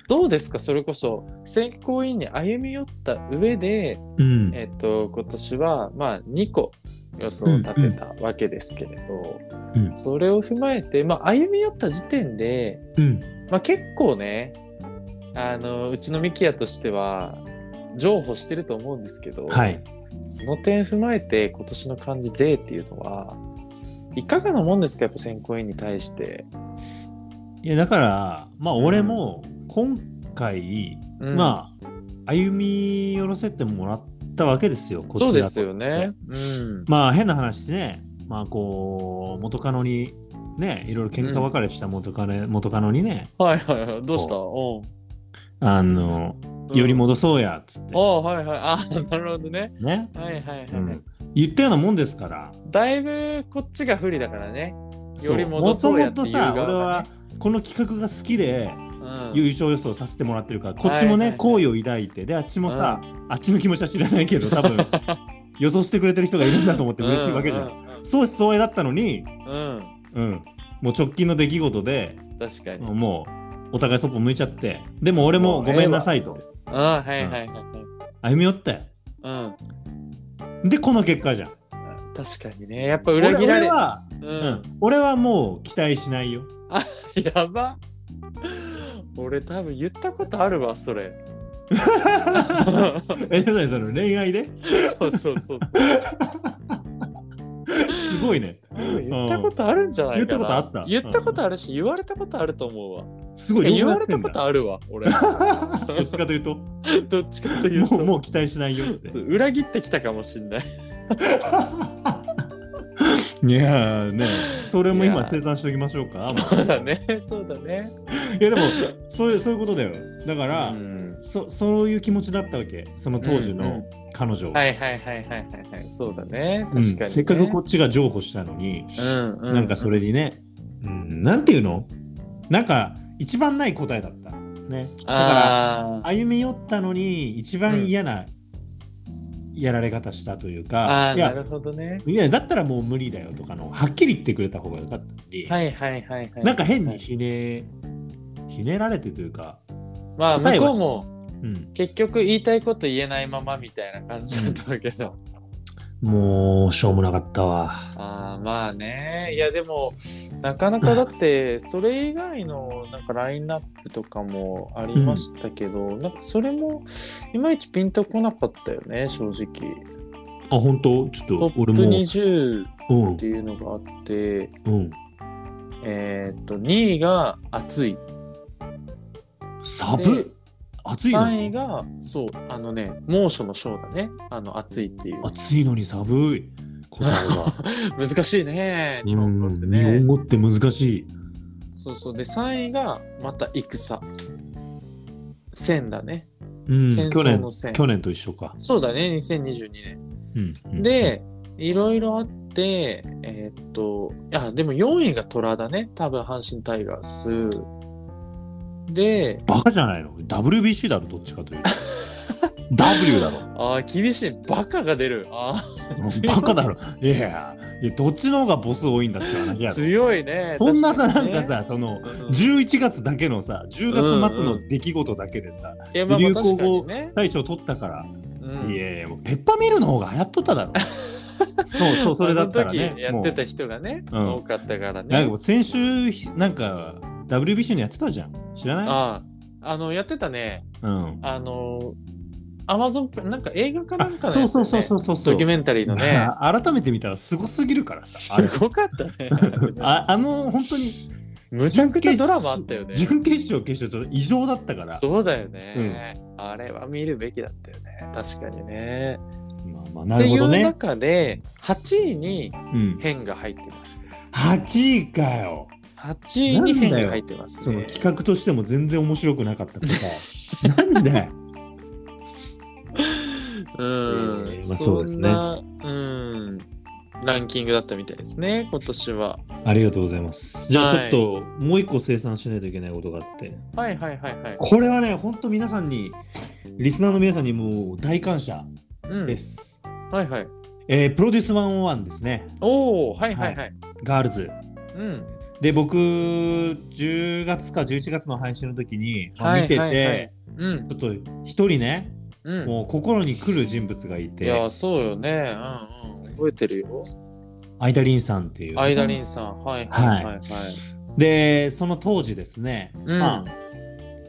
Speaker 1: どうですかそれこそ正規行為員に歩み寄った上で、
Speaker 2: うん
Speaker 1: えっと今年はまあ2個予想を立てたわけですけれど、
Speaker 2: うんうん
Speaker 1: それを踏まえて、まあ、歩み寄った時点で、
Speaker 2: うん
Speaker 1: まあ、結構ねあのうちのミキヤとしては譲歩してると思うんですけど、
Speaker 2: はい
Speaker 1: その点踏まえて今年の漢字「税」っていうのはいかがなもんですか、やっぱ選考委員に対して。
Speaker 2: いやだからまあ俺も今回、
Speaker 1: うん
Speaker 2: まあ歩み寄らせてもらったわけですよこっち
Speaker 1: そ
Speaker 2: だと
Speaker 1: うですよね。うん。
Speaker 2: まあ変な話ねまあこう元カノにねいろいろ喧嘩別れした元カノ,、元カノにね
Speaker 1: はいはいはい。どうしたう
Speaker 2: あの、
Speaker 1: ん。
Speaker 2: より戻そうやっつって
Speaker 1: ああ、はいはい。ああ、なるほどね。
Speaker 2: ね、
Speaker 1: はいはいはい。
Speaker 2: うん言ったようなもんですから
Speaker 1: だいぶこっちが不利だからね。より戻
Speaker 2: もと
Speaker 1: そうや
Speaker 2: も
Speaker 1: って
Speaker 2: と
Speaker 1: いう
Speaker 2: さ
Speaker 1: 側
Speaker 2: 俺
Speaker 1: が
Speaker 2: は
Speaker 1: ね
Speaker 2: この企画が好きで
Speaker 1: うん
Speaker 2: 優勝予想させてもらってるから、こっ
Speaker 1: はい
Speaker 2: ちも
Speaker 1: はいは
Speaker 2: ね
Speaker 1: い
Speaker 2: 好意、を抱いてであっちもさ、あっちの気持ちは知らないけど多 分予想してくれてる人がいるんだと思って嬉しいわけじゃん、
Speaker 1: う
Speaker 2: 相思相愛だったのに、
Speaker 1: んうんうん。
Speaker 2: うん、もう直近の出来事で
Speaker 1: うん確かに。
Speaker 2: もうお互いそっぽ向いちゃってでも俺
Speaker 1: も
Speaker 2: も
Speaker 1: うえ
Speaker 2: ご
Speaker 1: えわ
Speaker 2: めんなさいと
Speaker 1: ああ、はいはいはいはい。
Speaker 2: 歩み寄って
Speaker 1: うん。
Speaker 2: でこの結果じゃん
Speaker 1: 確かにね。やっぱ
Speaker 2: 俺
Speaker 1: 裏切ら
Speaker 2: 俺
Speaker 1: れ。
Speaker 2: は、
Speaker 1: う
Speaker 2: うん
Speaker 1: ん。
Speaker 2: 俺はもう期待しないよ
Speaker 1: やば。俺多分言ったことあるわ、そ れ。
Speaker 2: え何その恋愛で
Speaker 1: そうそうそうそう。
Speaker 2: すごいね
Speaker 1: 言ったことあるんじゃないかな
Speaker 2: 言ったことあった
Speaker 1: 言ったことあるし、言われたことあると思うわ。
Speaker 2: すごい
Speaker 1: いや言われたこと
Speaker 2: あ
Speaker 1: あるわ、 俺。
Speaker 2: どっちかというと
Speaker 1: どっちかという
Speaker 2: も
Speaker 1: と。
Speaker 2: うもう期待しないよって
Speaker 1: そう裏切ってきたかもしんない。
Speaker 2: いやーねそれも
Speaker 1: い
Speaker 2: 今
Speaker 1: や
Speaker 2: 生産しておきましょうか
Speaker 1: そうだね、 そうだね。
Speaker 2: いやでもそういうそういうことだよだから、
Speaker 1: うん
Speaker 2: そそういう気持ちだったわけその当時
Speaker 1: うんう
Speaker 2: の
Speaker 1: ん
Speaker 2: 彼女を
Speaker 1: はいはいはいはいはいはい、そうだね。確
Speaker 2: う
Speaker 1: か
Speaker 2: ん
Speaker 1: に、ね
Speaker 2: せっかくこっちが譲歩したのに、
Speaker 1: うんう
Speaker 2: なんかそれにね、うん、なんていうのなんか一番ない答えだったねだから
Speaker 1: あー
Speaker 2: 歩み寄ったのに一番嫌なやられ方したというか、
Speaker 1: あー、
Speaker 2: い
Speaker 1: な
Speaker 2: や
Speaker 1: るほどね。
Speaker 2: いやだったらもう無理だよとかのはっきり言ってくれた方がよかったのに、
Speaker 1: はいはいはいはい。
Speaker 2: なんか変にひねひねられてというか、
Speaker 1: まあ、
Speaker 2: 答
Speaker 1: 向
Speaker 2: えは
Speaker 1: こうも
Speaker 2: うん、
Speaker 1: 結局言いたいこと言えないままみたいな感じだったわけど。
Speaker 2: もうしょうもなかったわ
Speaker 1: ああまあねいやでもなかなかだってそれ以外のなんかラインナップとかもありましたけど、なんかそれもいまいちピンとこなかったよね正直
Speaker 2: あ本当ちょ
Speaker 1: ト
Speaker 2: っと
Speaker 1: ップ
Speaker 2: 俺も
Speaker 1: 20っ
Speaker 2: うん
Speaker 1: ていうのがあって
Speaker 2: うん
Speaker 1: えーっと2位が熱い
Speaker 2: サ
Speaker 1: で
Speaker 2: ブ暑いの
Speaker 1: 3位
Speaker 2: に
Speaker 1: がそうあのね猛暑の章だねあの熱いっていう
Speaker 2: 暑いのに寒い答えが
Speaker 1: 難しいね日本語って
Speaker 2: うん日本
Speaker 1: ね
Speaker 2: 語って難しい
Speaker 1: そうそうで3位がまた戦戦だね
Speaker 2: うん
Speaker 1: 戦
Speaker 2: 去
Speaker 1: 争
Speaker 2: 年
Speaker 1: の戦
Speaker 2: 去年と一緒か、
Speaker 1: そうだね、2022年。
Speaker 2: うんうん
Speaker 1: で、いろいろあって、えーっと、あ、でも4位が虎だね、多分阪神タイガース。で、
Speaker 2: バカじゃないの WBC だろどっちかというと W だろ
Speaker 1: あー厳しい、バカが出る。あ強い
Speaker 2: バカだろいやいやいやどっちの方がボス多いんだっていう話
Speaker 1: ー
Speaker 2: やろ
Speaker 1: 強いね。
Speaker 2: こんなさ
Speaker 1: 確
Speaker 2: なん
Speaker 1: にね
Speaker 2: か、さその
Speaker 1: うん
Speaker 2: 11月だけのさ10月末の出来事だけでさ、
Speaker 1: いや、まあまあ
Speaker 2: 流行
Speaker 1: 確か
Speaker 2: 語
Speaker 1: にね。
Speaker 2: 大賞取ったから
Speaker 1: うん
Speaker 2: いやいや、もうペッパーミルの方が流行っとっただろ。 そうそう、それだったら
Speaker 1: あの
Speaker 2: ね
Speaker 1: 時。や
Speaker 2: も
Speaker 1: っ
Speaker 2: う
Speaker 1: てた人がね、
Speaker 2: うん
Speaker 1: 多かったから
Speaker 2: なんか
Speaker 1: ね
Speaker 2: も。う先週、ひなんか WBC のやってたじゃん。知らない
Speaker 1: あーあの、やってたね、
Speaker 2: うん。
Speaker 1: あの、アマゾン、なんか映画かなんか
Speaker 2: あ
Speaker 1: のやつだよ
Speaker 2: そう
Speaker 1: ね
Speaker 2: そうそうそうそう。
Speaker 1: ドキュメンタリーの ね。
Speaker 2: 改めて見たらすごすぎるから
Speaker 1: す
Speaker 2: さ。あれ
Speaker 1: ごかったね。
Speaker 2: ああの、本当に
Speaker 1: むちゃくちゃドラマあったよね。
Speaker 2: 準決勝、決勝、ちょっと異常だったから。
Speaker 1: そうだよね、あれは見るべきだったよね。確かにね。
Speaker 2: まあまあ、な
Speaker 1: って
Speaker 2: る
Speaker 1: い
Speaker 2: ほど
Speaker 1: う
Speaker 2: ね。
Speaker 1: 中で、8位に
Speaker 2: うん、
Speaker 1: 変が入ってます。
Speaker 2: 8位かよ。
Speaker 1: 8位に変が入ってます
Speaker 2: その
Speaker 1: ね。
Speaker 2: 企画としても全然面白くなかったとか。 なんだよ。
Speaker 1: うん、
Speaker 2: えーまあそう
Speaker 1: そ
Speaker 2: です
Speaker 1: ん
Speaker 2: ね
Speaker 1: な、うん、ランキングだったみたいですね、今年は。
Speaker 2: ありがとうございます。じゃあ
Speaker 1: はい
Speaker 2: ちょっと、もう一個生産しないといけないことがあって。
Speaker 1: はいはいはいはい。
Speaker 2: これはね、本当皆さんに、リスナーの皆さんにもう大感謝
Speaker 1: うん、
Speaker 2: です。
Speaker 1: はいはい。
Speaker 2: えープロデュース101ですね、
Speaker 1: おお、はいはいはい。
Speaker 2: ガールズ。
Speaker 1: うん。
Speaker 2: で、僕、10月か11月の配信の時に、まあ
Speaker 1: はい
Speaker 2: 見てて、
Speaker 1: はいはいうん。
Speaker 2: ちょっと一人ね、
Speaker 1: うん。
Speaker 2: もう心に来る人物が
Speaker 1: い
Speaker 2: い
Speaker 1: や、
Speaker 2: て、
Speaker 1: そうよね。うんうん。覚えてるよ。
Speaker 2: アイダリンさんっていう。
Speaker 1: アイダリンさん。はいはいはいはい。
Speaker 2: で、その当時ですね、
Speaker 1: うん
Speaker 2: まあ、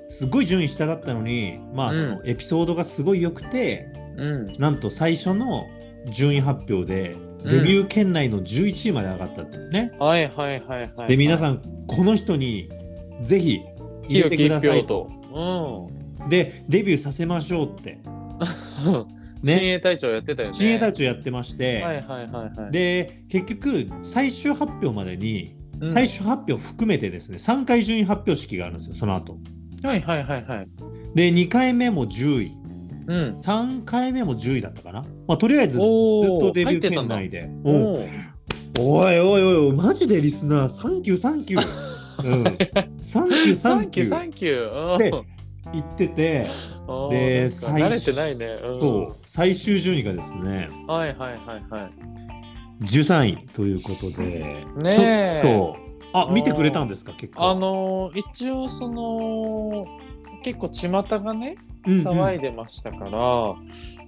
Speaker 2: すごい順位下だったのに、まあ、そのエピソードがすごい良くて、
Speaker 1: うん。
Speaker 2: なんと最初の順位発表で
Speaker 1: うん
Speaker 2: デビュー圏内の11位まで上がったってね。
Speaker 1: はいはいはいはい。
Speaker 2: で、皆
Speaker 1: ん、
Speaker 2: さん、この人にぜひ入
Speaker 1: 清
Speaker 2: れてく
Speaker 1: き
Speaker 2: だ
Speaker 1: 一
Speaker 2: さ
Speaker 1: 票
Speaker 2: い
Speaker 1: と
Speaker 2: と。。
Speaker 1: うん。
Speaker 2: で、デビューさせましょうって、
Speaker 1: 親衛隊長やってたよね。
Speaker 2: 親衛隊長やってまして、
Speaker 1: はいはいはいはい。
Speaker 2: で、結局、最終発表までに、
Speaker 1: うん
Speaker 2: 最終発表含めてですね、3回順位発表式があるんですよ、その後。
Speaker 1: はいはいはいはい。
Speaker 2: で、2回目も10位、
Speaker 1: うん。
Speaker 2: 3回目も10位だったかな。まあ、とりあえず、ずっ
Speaker 1: おー
Speaker 2: とデビ
Speaker 1: 入
Speaker 2: ュ
Speaker 1: っ
Speaker 2: ー
Speaker 1: てたん
Speaker 2: 圏
Speaker 1: だ
Speaker 2: 内で。うん
Speaker 1: おー
Speaker 2: おいおいおい、マジでリスナー、サンキュー、サ ンキュー。うん、サンキュー、
Speaker 1: サ
Speaker 2: サ
Speaker 1: ン
Speaker 2: ン
Speaker 1: キ
Speaker 2: キ
Speaker 1: ュ
Speaker 2: ュ
Speaker 1: ーサ
Speaker 2: ー。
Speaker 1: ンキュー。うん
Speaker 2: で言ってて、
Speaker 1: あー
Speaker 2: で、
Speaker 1: なんか慣れてないね。ん
Speaker 2: そう、最終順位がですね、
Speaker 1: はいはいはいは
Speaker 2: 13位ということで、
Speaker 1: い。ねえ。
Speaker 2: ちょっと、あ
Speaker 1: う、ん
Speaker 2: 見てくれたんですか、結構。
Speaker 1: あのー一応その結構巷がね
Speaker 2: うんうん
Speaker 1: 騒いでましたから、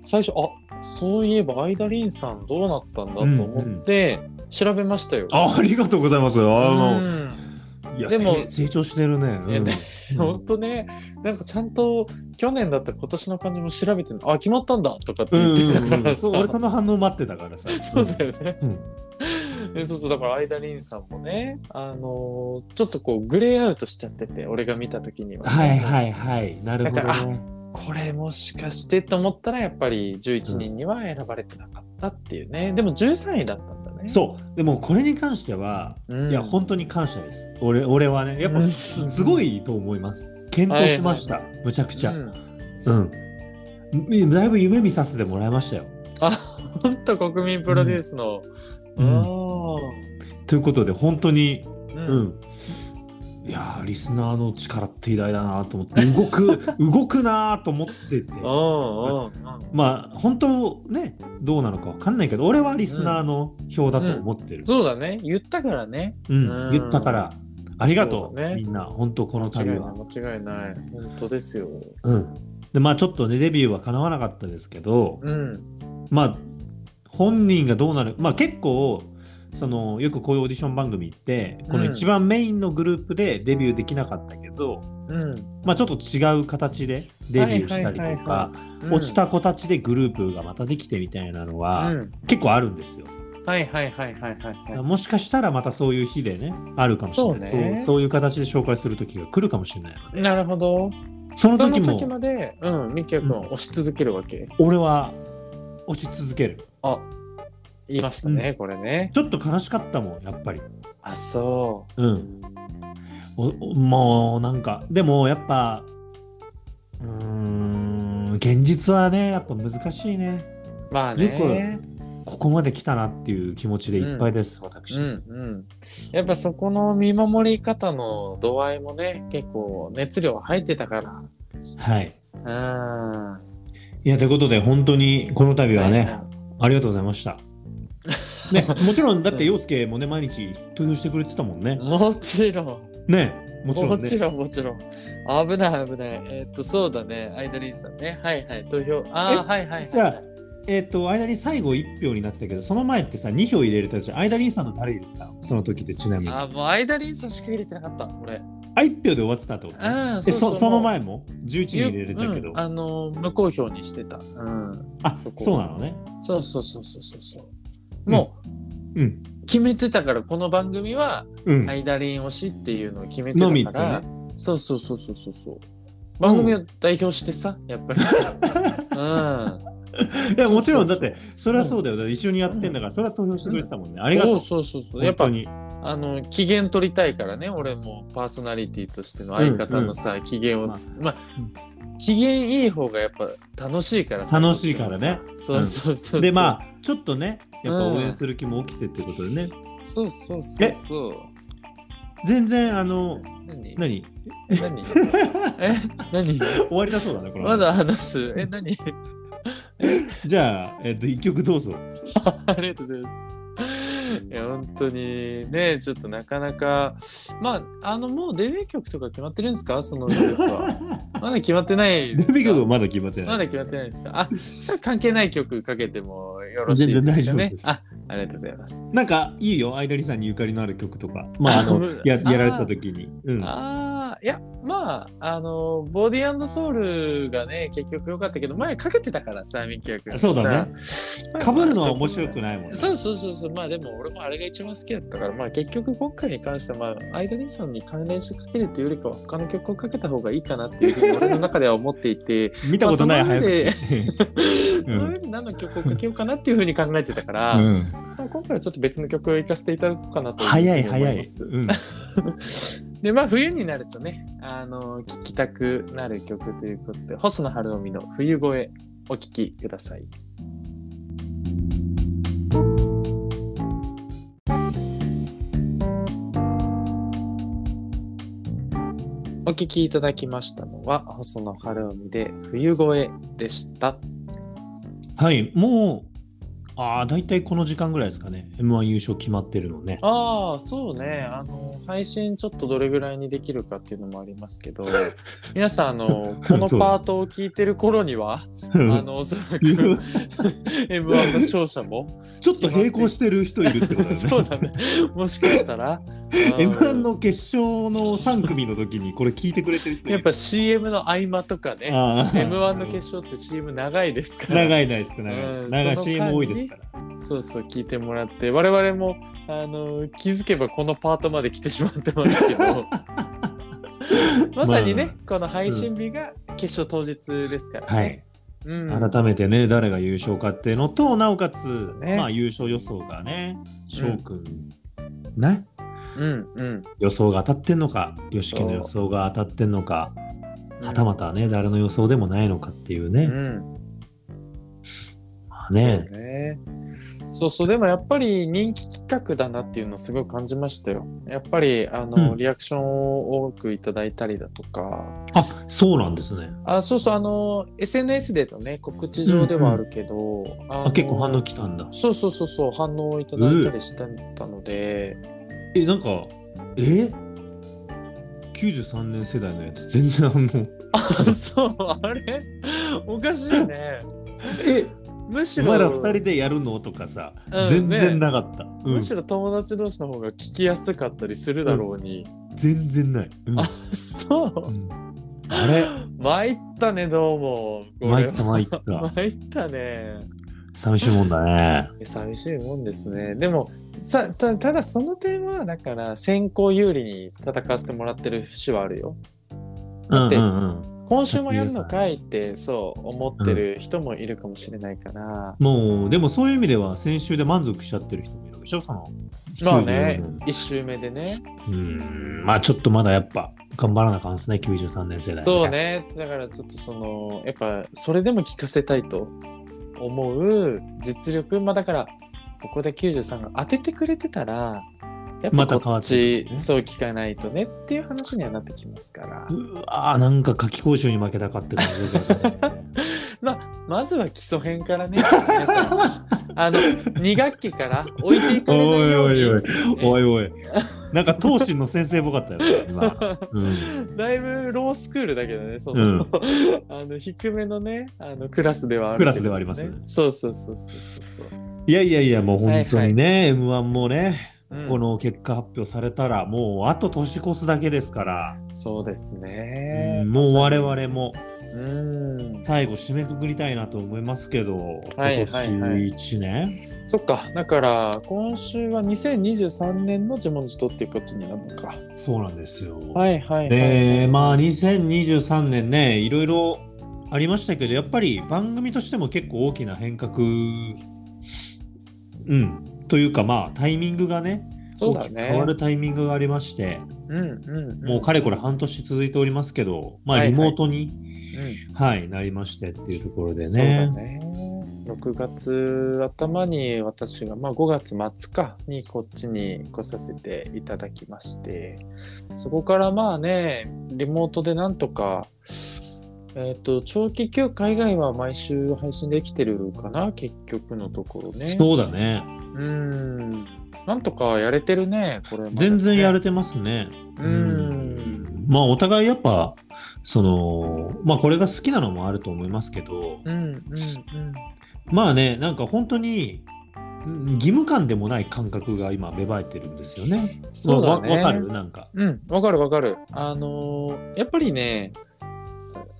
Speaker 1: 最初あそういえばアイダリンさんどうなったんだと思って調べましたよ。
Speaker 2: あありがとうございます。あ
Speaker 1: う
Speaker 2: の、
Speaker 1: ん
Speaker 2: いや
Speaker 1: でも
Speaker 2: せ成長してるね。
Speaker 1: いやで
Speaker 2: うん
Speaker 1: 本当ねなんかちゃんと去年だったら今年の感じも調べてるあ決まったんだとかって
Speaker 2: うん
Speaker 1: 言
Speaker 2: う
Speaker 1: ってた
Speaker 2: ん
Speaker 1: か
Speaker 2: うんう
Speaker 1: ら
Speaker 2: ん、
Speaker 1: さ、
Speaker 2: そう俺その反応待ってたからさ。
Speaker 1: そうだよね。
Speaker 2: うん。
Speaker 1: えそうそうだからアイダリンさんもね、あのーちょっとこうグレーアウトしちゃってて俺が見た時には、
Speaker 2: はいはいはい、なるほ
Speaker 1: だか
Speaker 2: どね。
Speaker 1: これもしかしてと思ったらやっぱり11人には選ばれてなかったっていうね、でも13位だったんだね
Speaker 2: そうでもこれに関しては、
Speaker 1: うん
Speaker 2: いや本当に感謝です俺俺はねやっ
Speaker 1: う
Speaker 2: ぱ
Speaker 1: ん
Speaker 2: すすごいと思います検討しました、むちゃくちゃ
Speaker 1: うん
Speaker 2: うん、みだいぶ夢見させてもらいましたよ
Speaker 1: あほんと国民プロデュースの、
Speaker 2: うん
Speaker 1: あ
Speaker 2: ということで本当に
Speaker 1: ー
Speaker 2: う
Speaker 1: うん
Speaker 2: ん、いやーリスナーの力って偉大だなと思って 動く動くなーと思ってて
Speaker 1: うんうんうん
Speaker 2: まあ本当ねどうなのかわかんないけど俺はリスナーの票だと思ってる、
Speaker 1: そうだね言ったからね
Speaker 2: うん
Speaker 1: うん
Speaker 2: 言ったからありがと
Speaker 1: そう
Speaker 2: う
Speaker 1: だね
Speaker 2: みんな本当この
Speaker 1: 間違い
Speaker 2: 旅
Speaker 1: ない
Speaker 2: は
Speaker 1: 間違いない本当ですよ
Speaker 2: うん、でまあちょっとねデビューは叶わなかったですけど、
Speaker 1: うん
Speaker 2: まあ本人がどうなるまあ結構そのよくこういうオーディション番組ってこの
Speaker 1: うん
Speaker 2: 一番メインのグループでデビューできなかったけど、
Speaker 1: うん
Speaker 2: まあちょっと違う形でデビューしたり
Speaker 1: はいは
Speaker 2: と
Speaker 1: いは
Speaker 2: か落ちた子たちでグループがまたできてみたいなの
Speaker 1: う
Speaker 2: は
Speaker 1: ん
Speaker 2: 結構あるんですよ、
Speaker 1: はいはいはいはいはいはい
Speaker 2: もしかしたらまたそういう日でねあるかもしれない
Speaker 1: そうね
Speaker 2: そうそういう形で紹介する時が来るかもしれないので
Speaker 1: なるほど
Speaker 2: その
Speaker 1: その
Speaker 2: 時
Speaker 1: 時
Speaker 2: も
Speaker 1: までうんみきやくんは押し続けるわけ、
Speaker 2: 俺は押し続ける
Speaker 1: あ言いましたね、これね
Speaker 2: ちょっと悲しかったもん、やっぱり。
Speaker 1: あそう
Speaker 2: うん。おおもうなんか、でもやっぱ、うーん、現実はね、やっぱ難しいね。
Speaker 1: まあね。
Speaker 2: よここまで来たなっていう気持ちでいっぱいです、
Speaker 1: う
Speaker 2: 私。
Speaker 1: んうん、やっぱそこの見守り方の度合いもね結構熱量入ってたから
Speaker 2: はい。
Speaker 1: うん
Speaker 2: いや、ということで、本当にこの度はね、
Speaker 1: はい
Speaker 2: ありがとうございました。ね、 もちろん、だって、
Speaker 1: うん
Speaker 2: 陽介もね、毎日投票してくれてたもんね。
Speaker 1: もちろん
Speaker 2: ね、もちろん、
Speaker 1: も
Speaker 2: ね。
Speaker 1: ちろんもちろん危ない危ないえっとそうだねアイドリンさんねはいはい投票ああ
Speaker 2: え
Speaker 1: はいはいはい
Speaker 2: じゃあえっ、と、間に最後1票になってたけど、その前ってさ、2票入れるとじゃん、間にさんの誰入れてたのその時ってちなみに。あ、
Speaker 1: あーもうアイドリンさんしか入れてなかった俺
Speaker 2: 1票で終わってたってこと、ね、
Speaker 1: うん
Speaker 2: えそその前も11人入れれたけど、
Speaker 1: うん
Speaker 2: あ
Speaker 1: あの無公表にしてたうん
Speaker 2: そ
Speaker 1: そう
Speaker 2: なのね
Speaker 1: そうそうそうそうそうそう
Speaker 2: うん
Speaker 1: もう
Speaker 2: うん
Speaker 1: 決めてたからこの番組は
Speaker 2: うん、
Speaker 1: ア イダリン推しっていうのを決めてた
Speaker 2: のみっ
Speaker 1: か
Speaker 2: て
Speaker 1: ら、
Speaker 2: ね
Speaker 1: そうそうそうそうそうそう番組を代表してさ、やっぱり さうん
Speaker 2: いやもちろん
Speaker 1: そ
Speaker 2: だ
Speaker 1: うそ
Speaker 2: っ
Speaker 1: う
Speaker 2: てそれはそうだよ、だって一緒にやってんだからそれは投票してくれてたもんね、ありがとう
Speaker 1: そうそうそうそうやっぱ
Speaker 2: 本当に
Speaker 1: あの機嫌取りたいからね俺もパーソナリティとしての相方のさ、機嫌を
Speaker 2: まあ
Speaker 1: まあ、機嫌いい方がやっぱ楽しいからさ
Speaker 2: 楽しいからね
Speaker 1: こっちもさそうそうそう
Speaker 2: で
Speaker 1: あ
Speaker 2: まあちょっとねやっぱ応援する気も起きてってことでね、
Speaker 1: そうそうそうそう
Speaker 2: 全然あの
Speaker 1: 何何
Speaker 2: 何
Speaker 1: え何
Speaker 2: 終わりだそうだねこの話
Speaker 1: まだ話すえ何
Speaker 2: じゃあ、えっと一曲どうぞ
Speaker 1: ありがとうございます。いや本当にねちょっとなかなかまああのもうデビュー曲とか決まってるんですかそのグループ はまだ決まってない
Speaker 2: デ
Speaker 1: ですか
Speaker 2: ビュー曲はまだ決まってない。
Speaker 1: まだ決まってないですかあじゃあ関係ない曲かけてもよろしいです
Speaker 2: 全
Speaker 1: か
Speaker 2: 然大丈夫
Speaker 1: ね
Speaker 2: です
Speaker 1: あありがとうございます、
Speaker 2: なんかいいよ、アイドリさんにゆかりのある曲とか。まあ、あの
Speaker 1: あ
Speaker 2: や
Speaker 1: あー
Speaker 2: やられた時に。うん。
Speaker 1: ああいやまああのボディソウルがね結局良かったけど前かけてたからさミキヤ君がさ
Speaker 2: そうだね
Speaker 1: まあ
Speaker 2: かぶるのは
Speaker 1: まあ
Speaker 2: 面白くないもんね。
Speaker 1: そうそうそうそうまあでも俺もあれが一番好きだったからまあ結局今回に関してはまあアイドリさんに関連してかけるというよりかは他の曲をかけた方がいいかなっていうふうに俺の中では思ってい て
Speaker 2: 見たことない
Speaker 1: まあそ
Speaker 2: 早
Speaker 1: の上で
Speaker 2: 口。
Speaker 1: その上で何の曲をかけようかなっていうふうに考えてたから、
Speaker 2: うん、
Speaker 1: まあ今回はちょっと別の曲を行かせていただこうかなというふうに
Speaker 2: 早い
Speaker 1: 思
Speaker 2: 早
Speaker 1: い
Speaker 2: い。
Speaker 1: ます。
Speaker 2: うん、
Speaker 1: でまあ冬になるとねあの聴きたくなる曲ということで細野晴臣の「冬越え」お聴きください。お聴きいただきましたのは細野晴臣で「冬越え」でした。
Speaker 2: はい、もう、ああ、大体この時間ぐらいですかね。M1 優勝決まってるのね。
Speaker 1: ああそうねあの配信ちょっとどれぐらいにできるかっていうのもあります けど皆さんあのこの
Speaker 2: そう
Speaker 1: パートを聞いてる頃には
Speaker 2: う
Speaker 1: あ
Speaker 2: ん
Speaker 1: のおそらく M1 の勝者も
Speaker 2: ちょっと並行してる人いるってことだよ ね。
Speaker 1: そうだねもしかした ら
Speaker 2: M1
Speaker 1: あ
Speaker 2: の決勝の3組の時にこれ聞いてくれてる人いる
Speaker 1: やっぱ CM の合間とかね
Speaker 2: あー
Speaker 1: M1 の決勝って CM 長いですから
Speaker 2: 長いですか長いで
Speaker 1: う
Speaker 2: す
Speaker 1: ん
Speaker 2: 長い
Speaker 1: その
Speaker 2: CM 多いですから。
Speaker 1: そうそう聞いてもらって我々もあの気づけばこのパートまで来てしまってますけ どまさにね、
Speaker 2: ま
Speaker 1: この配信日が決勝当日ですから、
Speaker 2: は、い、
Speaker 1: うん、
Speaker 2: 改めてね、誰が優勝かっていうのと、なおか
Speaker 1: そ
Speaker 2: つ、
Speaker 1: うね
Speaker 2: まあ優勝予想がね、翔くん、ね、
Speaker 1: うんうん
Speaker 2: 予想が当たってんのか、よしきの予想が当たってんのか、はたまたね、誰の予想でもないのかっていう
Speaker 1: う
Speaker 2: ね、
Speaker 1: ん
Speaker 2: まあね、
Speaker 1: そうねそうそうでもやっぱり人気企画だなっていうのをすごい感じましたよやっぱりあの、
Speaker 2: うん
Speaker 1: リアクションを多くいただいたりだとか
Speaker 2: あそうなんですね。
Speaker 1: あそうそうあの SNS でのね告知上ではあるけど、あ
Speaker 2: あ、
Speaker 1: の
Speaker 2: 結構反応来たんだ。
Speaker 1: そうそうそうそう反応をいただいたりしてたので、
Speaker 2: え、なんか、え ?93 年世代のやつ、全然反 応。
Speaker 1: そうあれおかしいね
Speaker 2: え
Speaker 1: むし
Speaker 2: お
Speaker 1: ろ
Speaker 2: 前ら2人でやるのとかさ、
Speaker 1: うん
Speaker 2: 全
Speaker 1: ね
Speaker 2: 然なかった、うん
Speaker 1: むしろ友達同士の方が聞きやすかったりするだろうに、
Speaker 2: 全然ない、うん
Speaker 1: あ そう
Speaker 2: うんあれ
Speaker 1: 参ったねどうもこ
Speaker 2: 参
Speaker 1: れ
Speaker 2: った参った
Speaker 1: 参ったね
Speaker 2: 寂しいもんだ ね
Speaker 1: 寂しいもんですねでもさたただその点はだから先行有利に戦わせてもらってる節はあるよ
Speaker 2: うん
Speaker 1: って
Speaker 2: うんうん
Speaker 1: 今週もやるのかいってそう思ってる人もいるかもしれないから、
Speaker 2: もうでもそういう意味では先週で満足しちゃってる人もいるでしょその
Speaker 1: まあね
Speaker 2: 94年
Speaker 1: 1周目でね
Speaker 2: うんまあちょっとまだやっぱ頑張らなあかんですね93年世代
Speaker 1: そうねだからちょっとそのやっぱそれでも聞かせたいと思う実力まあだからここで93が当ててくれてたらやっ
Speaker 2: ま
Speaker 1: ぱ
Speaker 2: た変
Speaker 1: こ
Speaker 2: わ
Speaker 1: っ
Speaker 2: ってく
Speaker 1: ち
Speaker 2: る、ね
Speaker 1: そう聞かないとねっていう話にはなってきますから
Speaker 2: うわーなんか夏季講習に負けたかって感じだけどね
Speaker 1: まずは基礎編からね皆さんあの2学期から置いていか
Speaker 2: お
Speaker 1: れない
Speaker 2: い
Speaker 1: よう
Speaker 2: お
Speaker 1: に
Speaker 2: いおいお
Speaker 1: え
Speaker 2: いおいなんか当心の先生っぽかったよね 今、うん、
Speaker 1: だいぶロースクールだけどねその、
Speaker 2: うん
Speaker 1: あの低めのねあのクラスではあるけど、
Speaker 2: クラスではありますね
Speaker 1: そうそうそうそうそうそう
Speaker 2: いやいやいや、もう本当にね、M1 もね、
Speaker 1: うん
Speaker 2: この結果発表されたら、もうあと年越すだけですから、
Speaker 1: そうですね、
Speaker 2: うんもう我々も
Speaker 1: うん
Speaker 2: 最後締めくくりたいなと思いますけど、
Speaker 1: はい
Speaker 2: 今年1年、
Speaker 1: そっかだから今週は2023年の自問自答っていうことになるのか
Speaker 2: そうなんですよ。
Speaker 1: はいはいはい、
Speaker 2: で、まあ2023年ね、いろいろありましたけど、やっぱり番組としても結構大きな変革、うん、というかまあタイミングがね、
Speaker 1: そうだ
Speaker 2: 大きく
Speaker 1: ね
Speaker 2: 変わるタイミングがありまして、
Speaker 1: うんうんん
Speaker 2: もうかれこれ半年続いておりますけど、まあ、
Speaker 1: はいはい
Speaker 2: リモートに、
Speaker 1: うん
Speaker 2: はいなりましてっていうところで
Speaker 1: そうだ
Speaker 2: ね。
Speaker 1: ね。6月頭に私が、まあ、5月末かにこっちに来させていただきましてそこからまあねリモートでなんとか、えっと長期休暇以外は毎週配信できてるかな結局のところね。
Speaker 2: そうだね。
Speaker 1: うんなんとかやれてるね、これまでね、
Speaker 2: 全然やれてますね。
Speaker 1: う
Speaker 2: うん
Speaker 1: ん。
Speaker 2: まあお互いやっぱそのまあこれが好きなのもあると思いますけど
Speaker 1: うんうんうん。
Speaker 2: まあねなんか本当にうん義務感でもない感覚が今芽生えてるんですよね。
Speaker 1: そうだね。
Speaker 2: わわかるなんか。
Speaker 1: うん、わかるわかる。あのーやっぱりね、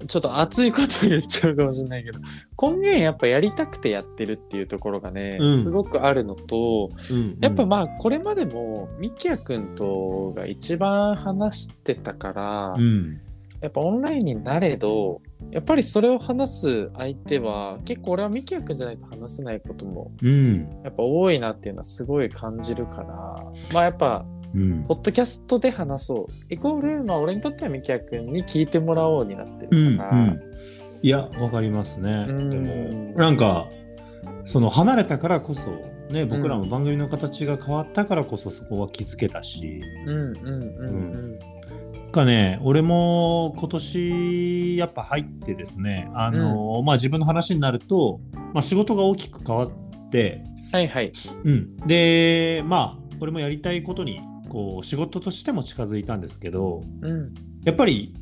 Speaker 1: ちょっと熱いこと言っちゃうかもしれないけど、根源やっぱやりたくてやってるっていうところがね、
Speaker 2: うん
Speaker 1: すごくあるのと、
Speaker 2: うんうん
Speaker 1: やっぱまあこれまでも、みきやくんとが一番話してたから、
Speaker 2: うん
Speaker 1: やっぱオンラインになれど、やっぱりそれを話す相手は、結構俺はみきやくんじゃないと話せないことも、
Speaker 2: うん
Speaker 1: やっぱ多いなっていうのはすごい感じるから、まあやっぱ、
Speaker 2: うん
Speaker 1: ポッドキャストで話そう。イコール、まあ、俺にとってはミキヤ君に聞いてもらおうになって
Speaker 2: うんう
Speaker 1: るから。
Speaker 2: んいやわかりますね。で
Speaker 1: うん
Speaker 2: もなんかその離れたからこそね僕らも番組の形が変わったからこそそこは気づけたし。
Speaker 1: うんうんうん
Speaker 2: なんかね、俺も今年やっぱ入ってですね、あのまあ、自分の話になると、まあ、仕事が大きく変わって、
Speaker 1: うん。はいはい。
Speaker 2: うん、で、まあ、俺もやりたいことにこう仕事としても近づいたんですけど、
Speaker 1: うん
Speaker 2: やっぱり、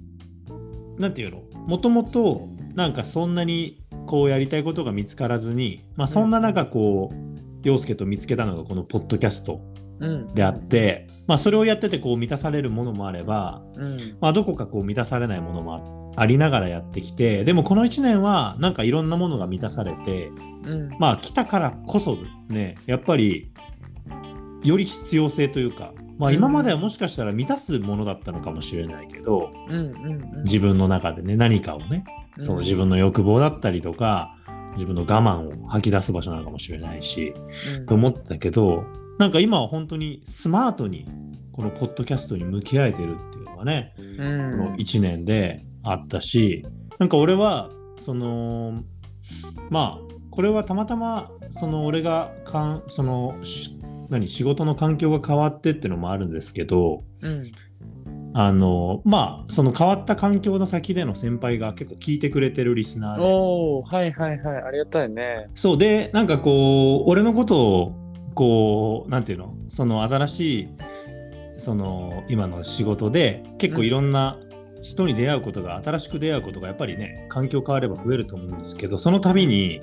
Speaker 2: なんていうの、もともとなんかそんなにこうやりたいことが見つからずに、まあ、そんな中こう、陽介と見つけたのがこのポッドキャスト
Speaker 1: うん。
Speaker 2: であって、まあ、それをやっててこう満たされるものもあれば、
Speaker 1: うん。
Speaker 2: まあ、どこかこう満たされないものもあありながらやってきてでもこの1年はなんかいろんなものが満たされて
Speaker 1: うん。
Speaker 2: まあ来たからこそねやっぱりより必要性というか、まあ、
Speaker 1: うん
Speaker 2: 今まではもしかしたら満たすものだったのかもしれないけど
Speaker 1: うんうん。
Speaker 2: 自分の中でね何かをねその自分の欲望だったりとか自分の我慢を吐き出す場所なのかもしれないし
Speaker 1: うん。
Speaker 2: と思ってたけどなんか今は本当にスマートにこのポッドキャストに向き合えてるっていうのがね
Speaker 1: うん。
Speaker 2: この1年であったしなんか俺はそのまあこれはたまたまその俺がかんそのし何仕事の環境が変わってってのもあるんですけど
Speaker 1: うん。
Speaker 2: あのまあその変わった環境の先での先輩が結構聞いてくれてるリスナーで
Speaker 1: おおはいはいはい。ありがたいね。
Speaker 2: そうでなんかこう俺のことをこうなんていうのその新しいその今の仕事で結構いろんな人に出会うことが、新しく出会うことがやっぱりね環境変われば増えると思うんですけどその度に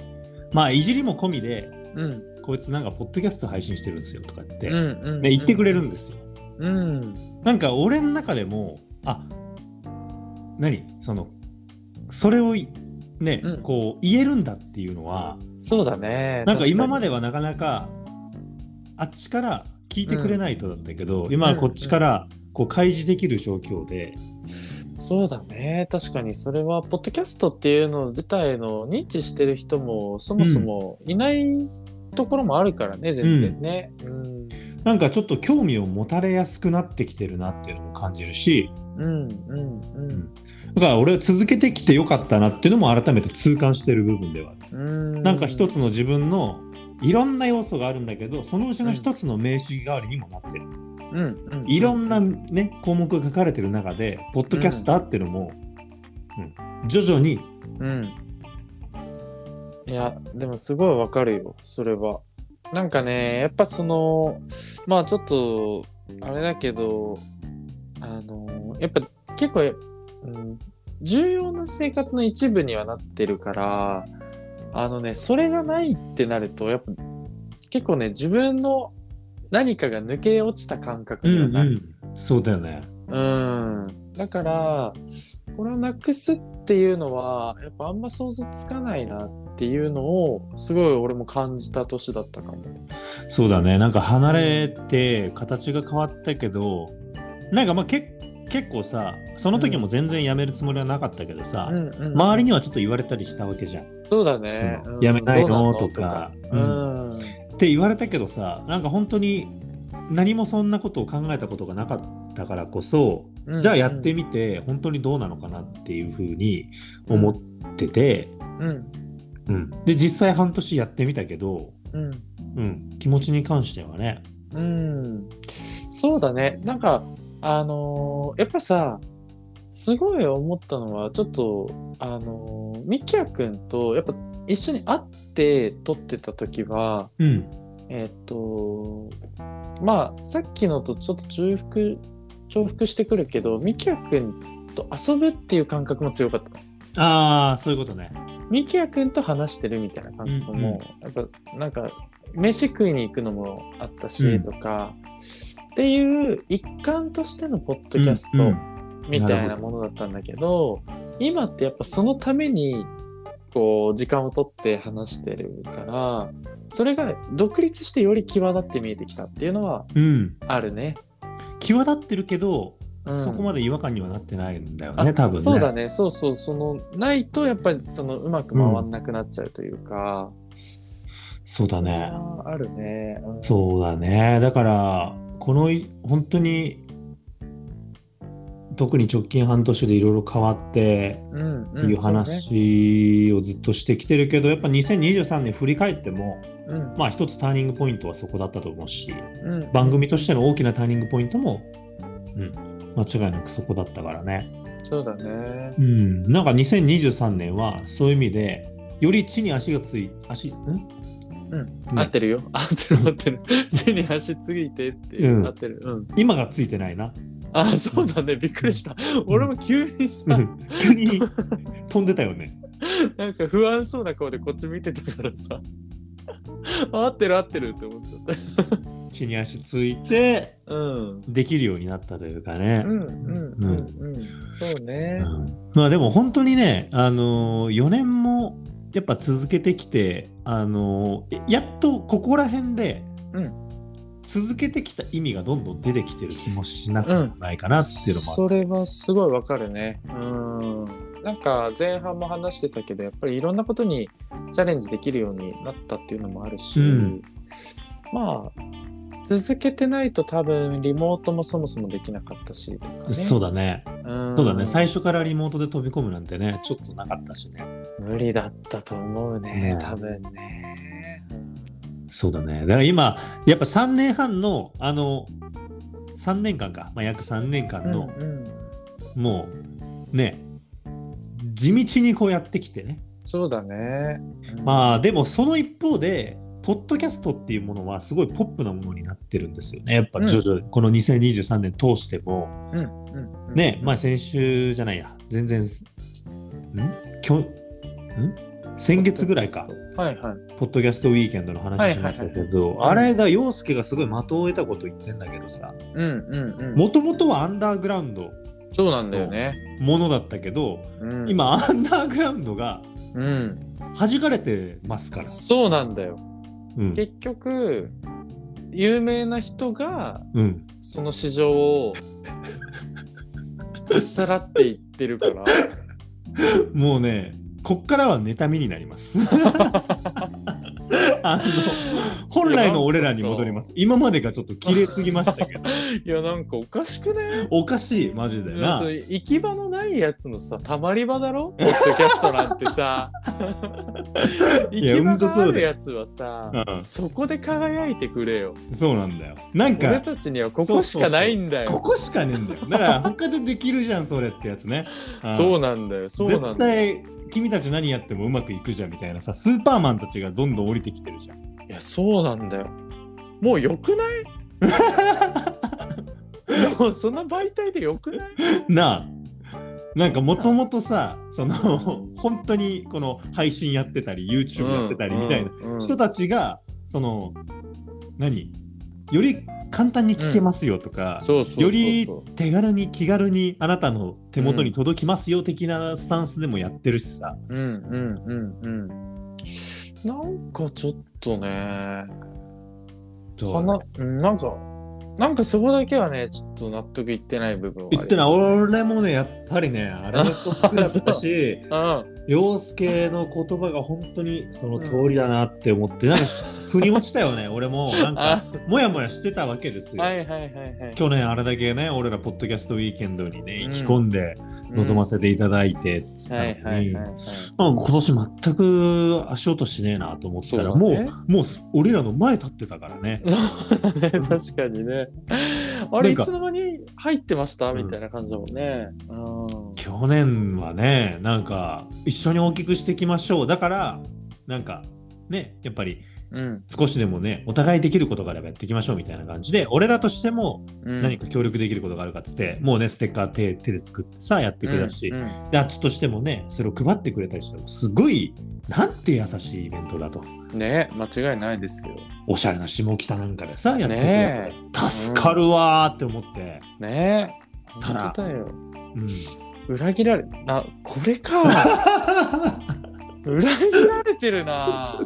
Speaker 2: まあいじりも込みで
Speaker 1: うん。
Speaker 2: こいつなんかポッドキャスト配信してるんですよとか言って、
Speaker 1: うんうんうん。
Speaker 2: ね、言ってくれるんですよ。
Speaker 1: うん。
Speaker 2: なんか俺の中でもあ何そのそれをいね、
Speaker 1: うん
Speaker 2: こう言えるんだっていうのは
Speaker 1: そうだね。
Speaker 2: なんか今ま
Speaker 1: で。
Speaker 2: ではなかなかあっちから聞いてくれないとだったけど、今はこっちからこう開示できる状況で、
Speaker 1: そうだね。確かにそれは、ポッドキャストっていうの自体の認知してる人もそもそもいないところもあるからね、全然ね。うん。
Speaker 2: なんかちょっと興味を持たれやすくなってきてるなっていうのも感じるし
Speaker 1: うんうん
Speaker 2: だから俺は続けてきてよかったなっていうのも改めて痛感してる部分ではある、
Speaker 1: うん。
Speaker 2: なんか一つの自分のいろんな要素があるんだけどそのうちの一つの名刺代わりにもなってる、
Speaker 1: うん、うん
Speaker 2: いろんな、ね、項目が書かれてる中でポッドキャスターっていうのも、うん徐々に
Speaker 1: うん。いや、でもすごいわかるよ、それは。なんかね、やっぱその、まあちょっと、あれだけど、あの、やっぱ結構、うん、重要な生活の一部にはなってるから、あのね、それがないってなると、やっぱ結構ね、自分の何かが抜け落ちた感覚にはなる
Speaker 2: そうだよね。
Speaker 1: うん、だからこれをなくすっていうのはやっぱあんま想像つかないなっていうのをすごい俺も感じた年だったかも。
Speaker 2: そうだね。なんか離れて形が変わったけど、なんかまあけ結構さ、その時も全然やめるつもりはなかったけどさ、周りに
Speaker 1: は
Speaker 2: はちょっと言われたりしたわけじゃん。
Speaker 1: そうだね、
Speaker 2: うん
Speaker 1: うん
Speaker 2: やめないの
Speaker 1: どう
Speaker 2: とか
Speaker 1: とうん
Speaker 2: って言われたけどさ、なんか本当に何もそんなことを考えたことがなかったからこそ、
Speaker 1: うん
Speaker 2: じゃあやってみて本当にどうなのかなっていうふうに思ってて、
Speaker 1: うん
Speaker 2: うんで実際半年やってみたけど、
Speaker 1: うん
Speaker 2: うん、気持ちに関してはね。
Speaker 1: うん、そうだねなんかあのーやっぱさすごい思ったのはちょっとあのーみきやくんとやっぱ一緒に会って撮ってた時は
Speaker 2: うん、
Speaker 1: えっとまあさっきのとちょっと重複重複してくるけどみきやくんと遊ぶっていう感覚も強かった
Speaker 2: ああ、そういうことね。
Speaker 1: みきやくんと話してるみたいな感覚も、やっぱなんか飯食いに行くのもあったし、
Speaker 2: うん
Speaker 1: とかっていう一環としてのポッドキャスト、
Speaker 2: うん
Speaker 1: みたいなものだったんだけど今ってやっぱそのためにこう時間を取って話してるからそれが独立してより際立って見えてきたっていうのは
Speaker 2: うん。
Speaker 1: あるね。
Speaker 2: 際立ってるけど、
Speaker 1: うん
Speaker 2: そこまで違和感にはなってないんだよ
Speaker 1: あ
Speaker 2: ね、多分ね。
Speaker 1: そうだねそうそうそのないとやっぱりそのうまく回んなくなっちゃうというか、
Speaker 2: そうだ
Speaker 1: れ
Speaker 2: ね。
Speaker 1: はあるね、うん
Speaker 2: そうだね。だから、このい本当に、特に直近半年でいろいろ変わって
Speaker 1: うん
Speaker 2: っていう話をずっとしてきてるけど、やっぱ2023年振り返っても、
Speaker 1: そうねうん
Speaker 2: まあ一つターニングポイントはそこだったと思うし、
Speaker 1: うん
Speaker 2: 番組としての大きなターニングポイントも、うん、間違いなくそこだったからね。
Speaker 1: そうだね
Speaker 2: うん、なんか2023年はそういう意味で、より地に足がつい、足、ん
Speaker 1: うん合ってるよ合ってる合ってる地に足ついてっていう、
Speaker 2: うん
Speaker 1: 合ってるうん
Speaker 2: 今がついてないな。
Speaker 1: あそうだねびっくりした俺も急にさ、
Speaker 2: うん急に飛んでたよね。
Speaker 1: なんか不安そうな顔でこっち見てたからさ 合ってる合ってるって思っちゃっ
Speaker 2: 地に足ついて、
Speaker 1: たうん
Speaker 2: できるようになったというか
Speaker 1: う
Speaker 2: ね
Speaker 1: ん。うんうんうんそう
Speaker 2: う
Speaker 1: ね
Speaker 2: んまあでも本当にね、あのー、4年もやっぱ続けてきて、あのーやっとここら辺で、
Speaker 1: うん
Speaker 2: 続けてきた意味がどんどん出てきてる気もしなくもないかなっていうのもある
Speaker 1: それはすごいわかるねうんなんか前半も話してたけどやっぱりいろんなことにチャレンジできるようになったっていうのもあるし、
Speaker 2: うん
Speaker 1: まあ続けてないと多分リモートもそもそもできなかったしとかね
Speaker 2: そうだね。
Speaker 1: うん
Speaker 2: そうだね。最初からリモートで飛び込むなんてね、ちょっとなかったしね。
Speaker 1: 無理だったと思うね
Speaker 2: ね
Speaker 1: 多分ね
Speaker 2: そうだね。だから今、やっぱ3年半の、あの、3年間か、まあ、約3年間の、
Speaker 1: うんうん
Speaker 2: もう、ね、地道にこうやってきてね。
Speaker 1: そうだね。
Speaker 2: まあ、でもその一方で、ポッドキャストっていうものはすごいポップなものになってるんですよね。やっぱ徐々に、この2023年通しても、
Speaker 1: あ、うんうんうん、
Speaker 2: ね、まあ先週じゃないや、全然、んきょん先月ぐらいか、。
Speaker 1: はいはい。
Speaker 2: ポッドキャストウィーケンドの話しましたけ
Speaker 1: は
Speaker 2: ど、
Speaker 1: いはいはい
Speaker 2: あれが陽介がすごい的を得たこと言ってんだけどさ、
Speaker 1: うんうんうん。
Speaker 2: もともとはアンダーグラウンド
Speaker 1: そうなんだよね。
Speaker 2: ものだったけど、
Speaker 1: うん、、
Speaker 2: 今、アンダーグラウンドが
Speaker 1: うん。
Speaker 2: 弾かれてますから。
Speaker 1: そうなんだよ。
Speaker 2: うん。
Speaker 1: 結局、有名な人が
Speaker 2: うん、
Speaker 1: その市場 をさらっていってるから。
Speaker 2: もうね、こっからは妬みになります。あの本来の俺らに戻ります。今までがちょっと綺麗すぎましたけど、
Speaker 1: いやなんかおかしくね
Speaker 2: おかしい、マジでな
Speaker 1: そ。う行き場のないやつのさたまり場だろポッドキャストなんてさ行
Speaker 2: いや
Speaker 1: き場
Speaker 2: ほんと
Speaker 1: があ
Speaker 2: そうだ
Speaker 1: る
Speaker 2: よ
Speaker 1: やつはさ
Speaker 2: うん
Speaker 1: そこで輝いてくれよ
Speaker 2: そうなんだよ。なん
Speaker 1: 俺
Speaker 2: か、
Speaker 1: たちにはここしかないんだよ。
Speaker 2: ここしかねえんだよ。だから、他でできるじゃん、それってやつね。う ん
Speaker 1: そうなんだよ。そうなん
Speaker 2: 絶
Speaker 1: だよ。
Speaker 2: 対君たち何やってもうまくいくじゃんみたいなさスーパーマンたちがどんどん降りてきてるじゃん
Speaker 1: いや、そうなんだよ。もう良く ないもうその媒体で良くない
Speaker 2: なあなんかもともとさその本当にこの配信やってたり YouTube やってたりみたいな
Speaker 1: な
Speaker 2: 人たちがその何より簡単に聞けますよとか、
Speaker 1: そうそうそうそう
Speaker 2: より手軽に気軽にあなたの手元に届きますよ的なスタンスでもやってるしさ、
Speaker 1: うんうんうんうん。なんかちょっとね、
Speaker 2: そう
Speaker 1: かな、うんなんか、なんかそこだけはね、ちょっと納得いってない部分はあり
Speaker 2: 言
Speaker 1: ま
Speaker 2: っ
Speaker 1: す
Speaker 2: てない俺もねやっぱりねあれがショックだったし洋介の言葉が本当にその通りだなって思って、なんかし腑に落ちたよ ね、俺も。なんか、もやもやしてたわけです
Speaker 1: うん。
Speaker 2: よ。
Speaker 1: はいはいはいはい。
Speaker 2: 去年あれだけね、俺らポッドキャストウィーケンドにね、意気込んで臨ませていただいてっつっ
Speaker 1: うん
Speaker 2: た
Speaker 1: はいは
Speaker 2: の
Speaker 1: い
Speaker 2: に、
Speaker 1: はいはい。
Speaker 2: まあ今年全く足音しねえなと思ったら、
Speaker 1: そう
Speaker 2: も
Speaker 1: だ
Speaker 2: う
Speaker 1: ね、
Speaker 2: もうす俺らの前立ってたからね。
Speaker 1: そうだね、確かにね。あれ、
Speaker 2: ないんか
Speaker 1: つの間に入ってました
Speaker 2: うん
Speaker 1: みたいな感じだもんね。うん
Speaker 2: 去年はね、なんか、一緒に大きくしていきましょう。だから、なんか、ね、やっぱり、
Speaker 1: うん。
Speaker 2: 少しでもね、お互いできることがあればやっていきましょうみたいな感じで、俺らとしても
Speaker 1: うん
Speaker 2: 何か協力できることがあるかっつって、もうね、ステッカー手手で作ってさ、やってくれたし、
Speaker 1: うんうん
Speaker 2: であっちとしてもね、それを配ってくれたりしても、すごい、なんて優しいイベントだと。
Speaker 1: ね間違いないですよ。
Speaker 2: おしゃれな下北なんかでさ、やってくれ
Speaker 1: ね
Speaker 2: た。助かるわーって思って、
Speaker 1: ね
Speaker 2: ただ
Speaker 1: 本当だよ。
Speaker 2: うん
Speaker 1: 裏切られ、あ、これか。裏切られてる な。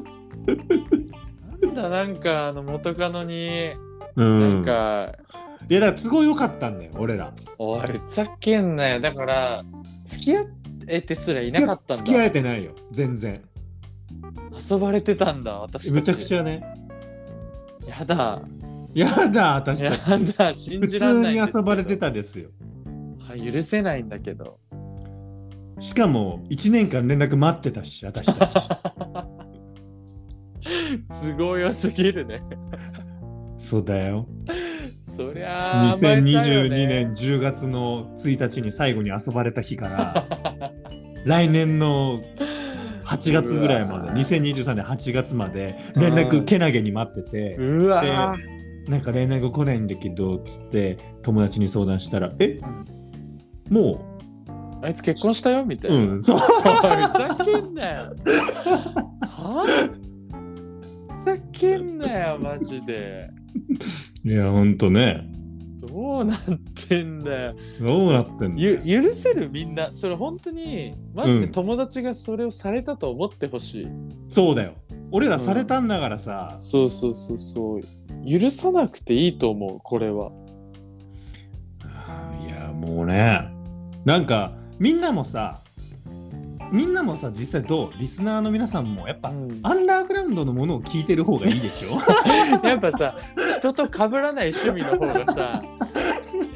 Speaker 1: なんだ、なんか、あの元カノに、
Speaker 2: うん
Speaker 1: なんか、
Speaker 2: いやだからすごい良かったんだよ俺ら
Speaker 1: おい、ふざけんなよ。だから、付き合えてすらい
Speaker 2: い
Speaker 1: なかったん
Speaker 2: 付き合
Speaker 1: だ。
Speaker 2: えてないよ全然
Speaker 1: 遊ばれてたんだ、私
Speaker 2: めち
Speaker 1: た
Speaker 2: ゃく
Speaker 1: ち。
Speaker 2: ちゃね
Speaker 1: やだ、
Speaker 2: やだ私
Speaker 1: や
Speaker 2: たち
Speaker 1: だ、信
Speaker 2: 普
Speaker 1: じらん
Speaker 2: 通
Speaker 1: ない
Speaker 2: に
Speaker 1: んですけど。
Speaker 2: 遊ばれてたですよ
Speaker 1: あ許せないんだけど。
Speaker 2: しかも1年間連絡待ってたし私 たち
Speaker 1: 都合良すぎるね。
Speaker 2: そうだよ
Speaker 1: そりゃあ、甘えちゃうよ
Speaker 2: 2022
Speaker 1: ね
Speaker 2: 年10月の1日に最後に遊ばれた日から 来年の8月ぐらいま
Speaker 1: う
Speaker 2: で
Speaker 1: わ
Speaker 2: 2023年8月まで連
Speaker 1: う
Speaker 2: 絡
Speaker 1: ん
Speaker 2: けなげに待ってて
Speaker 1: うわー
Speaker 2: なんか連絡来ないんだけどつって友達に相談したら「えも
Speaker 1: あいつ結婚したよみた
Speaker 2: う
Speaker 1: いな。
Speaker 2: うんそう
Speaker 1: おいふざけんなよ。はふざけんなよ、マジで。」
Speaker 2: いやほんとね
Speaker 1: どうなってんだよ。
Speaker 2: どうなってんの
Speaker 1: ゆ許せるみんな。それ本当に、マジで友達がそれをされたと思ってほしい、
Speaker 2: そうだよ俺らされたんだからさ、
Speaker 1: そうそうそうそう。許さなくていいと思う、これは。
Speaker 2: いやもうねなんかみんなもさみんなもさ実際どうリスナーの皆さんもやっぱ、
Speaker 1: うん
Speaker 2: アンダーグラウンドのものを聞いてる方がいいでしょ
Speaker 1: やっぱさ、人と被らない趣味の方がさ、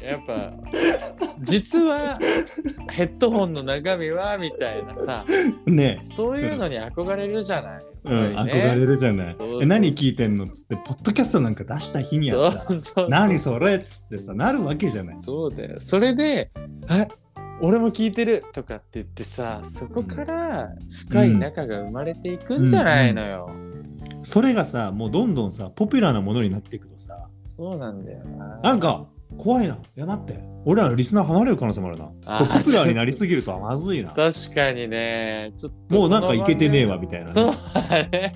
Speaker 1: やっぱ、実はヘッドホンの中身はみたいなさ、
Speaker 2: ね
Speaker 1: そういうのに憧れるじゃない。
Speaker 2: う
Speaker 1: や
Speaker 2: ん、
Speaker 1: っぱりね
Speaker 2: 憧れるじゃない
Speaker 1: そうそう
Speaker 2: え何聞いてんのっつってポッドキャストなんか出した日にはさ
Speaker 1: そうそう
Speaker 2: 何それっつってさなるわけじゃない
Speaker 1: そうだよ。それで、え俺も聞いてるとかって言ってさ、そこから深い仲が生まれていくんじゃないのよ。
Speaker 2: それがさもうどんどんさポピュラーなものになっていくとさ
Speaker 1: そうなんだよな。
Speaker 2: なんか怖いないや待って俺らのリスナー離れる可能性もあるな
Speaker 1: あ
Speaker 2: これポピュラーになりすぎるとまずいな
Speaker 1: 確かにね、ちょっと。
Speaker 2: もうなんかいけてねえわ。みたいなね、
Speaker 1: そうだね。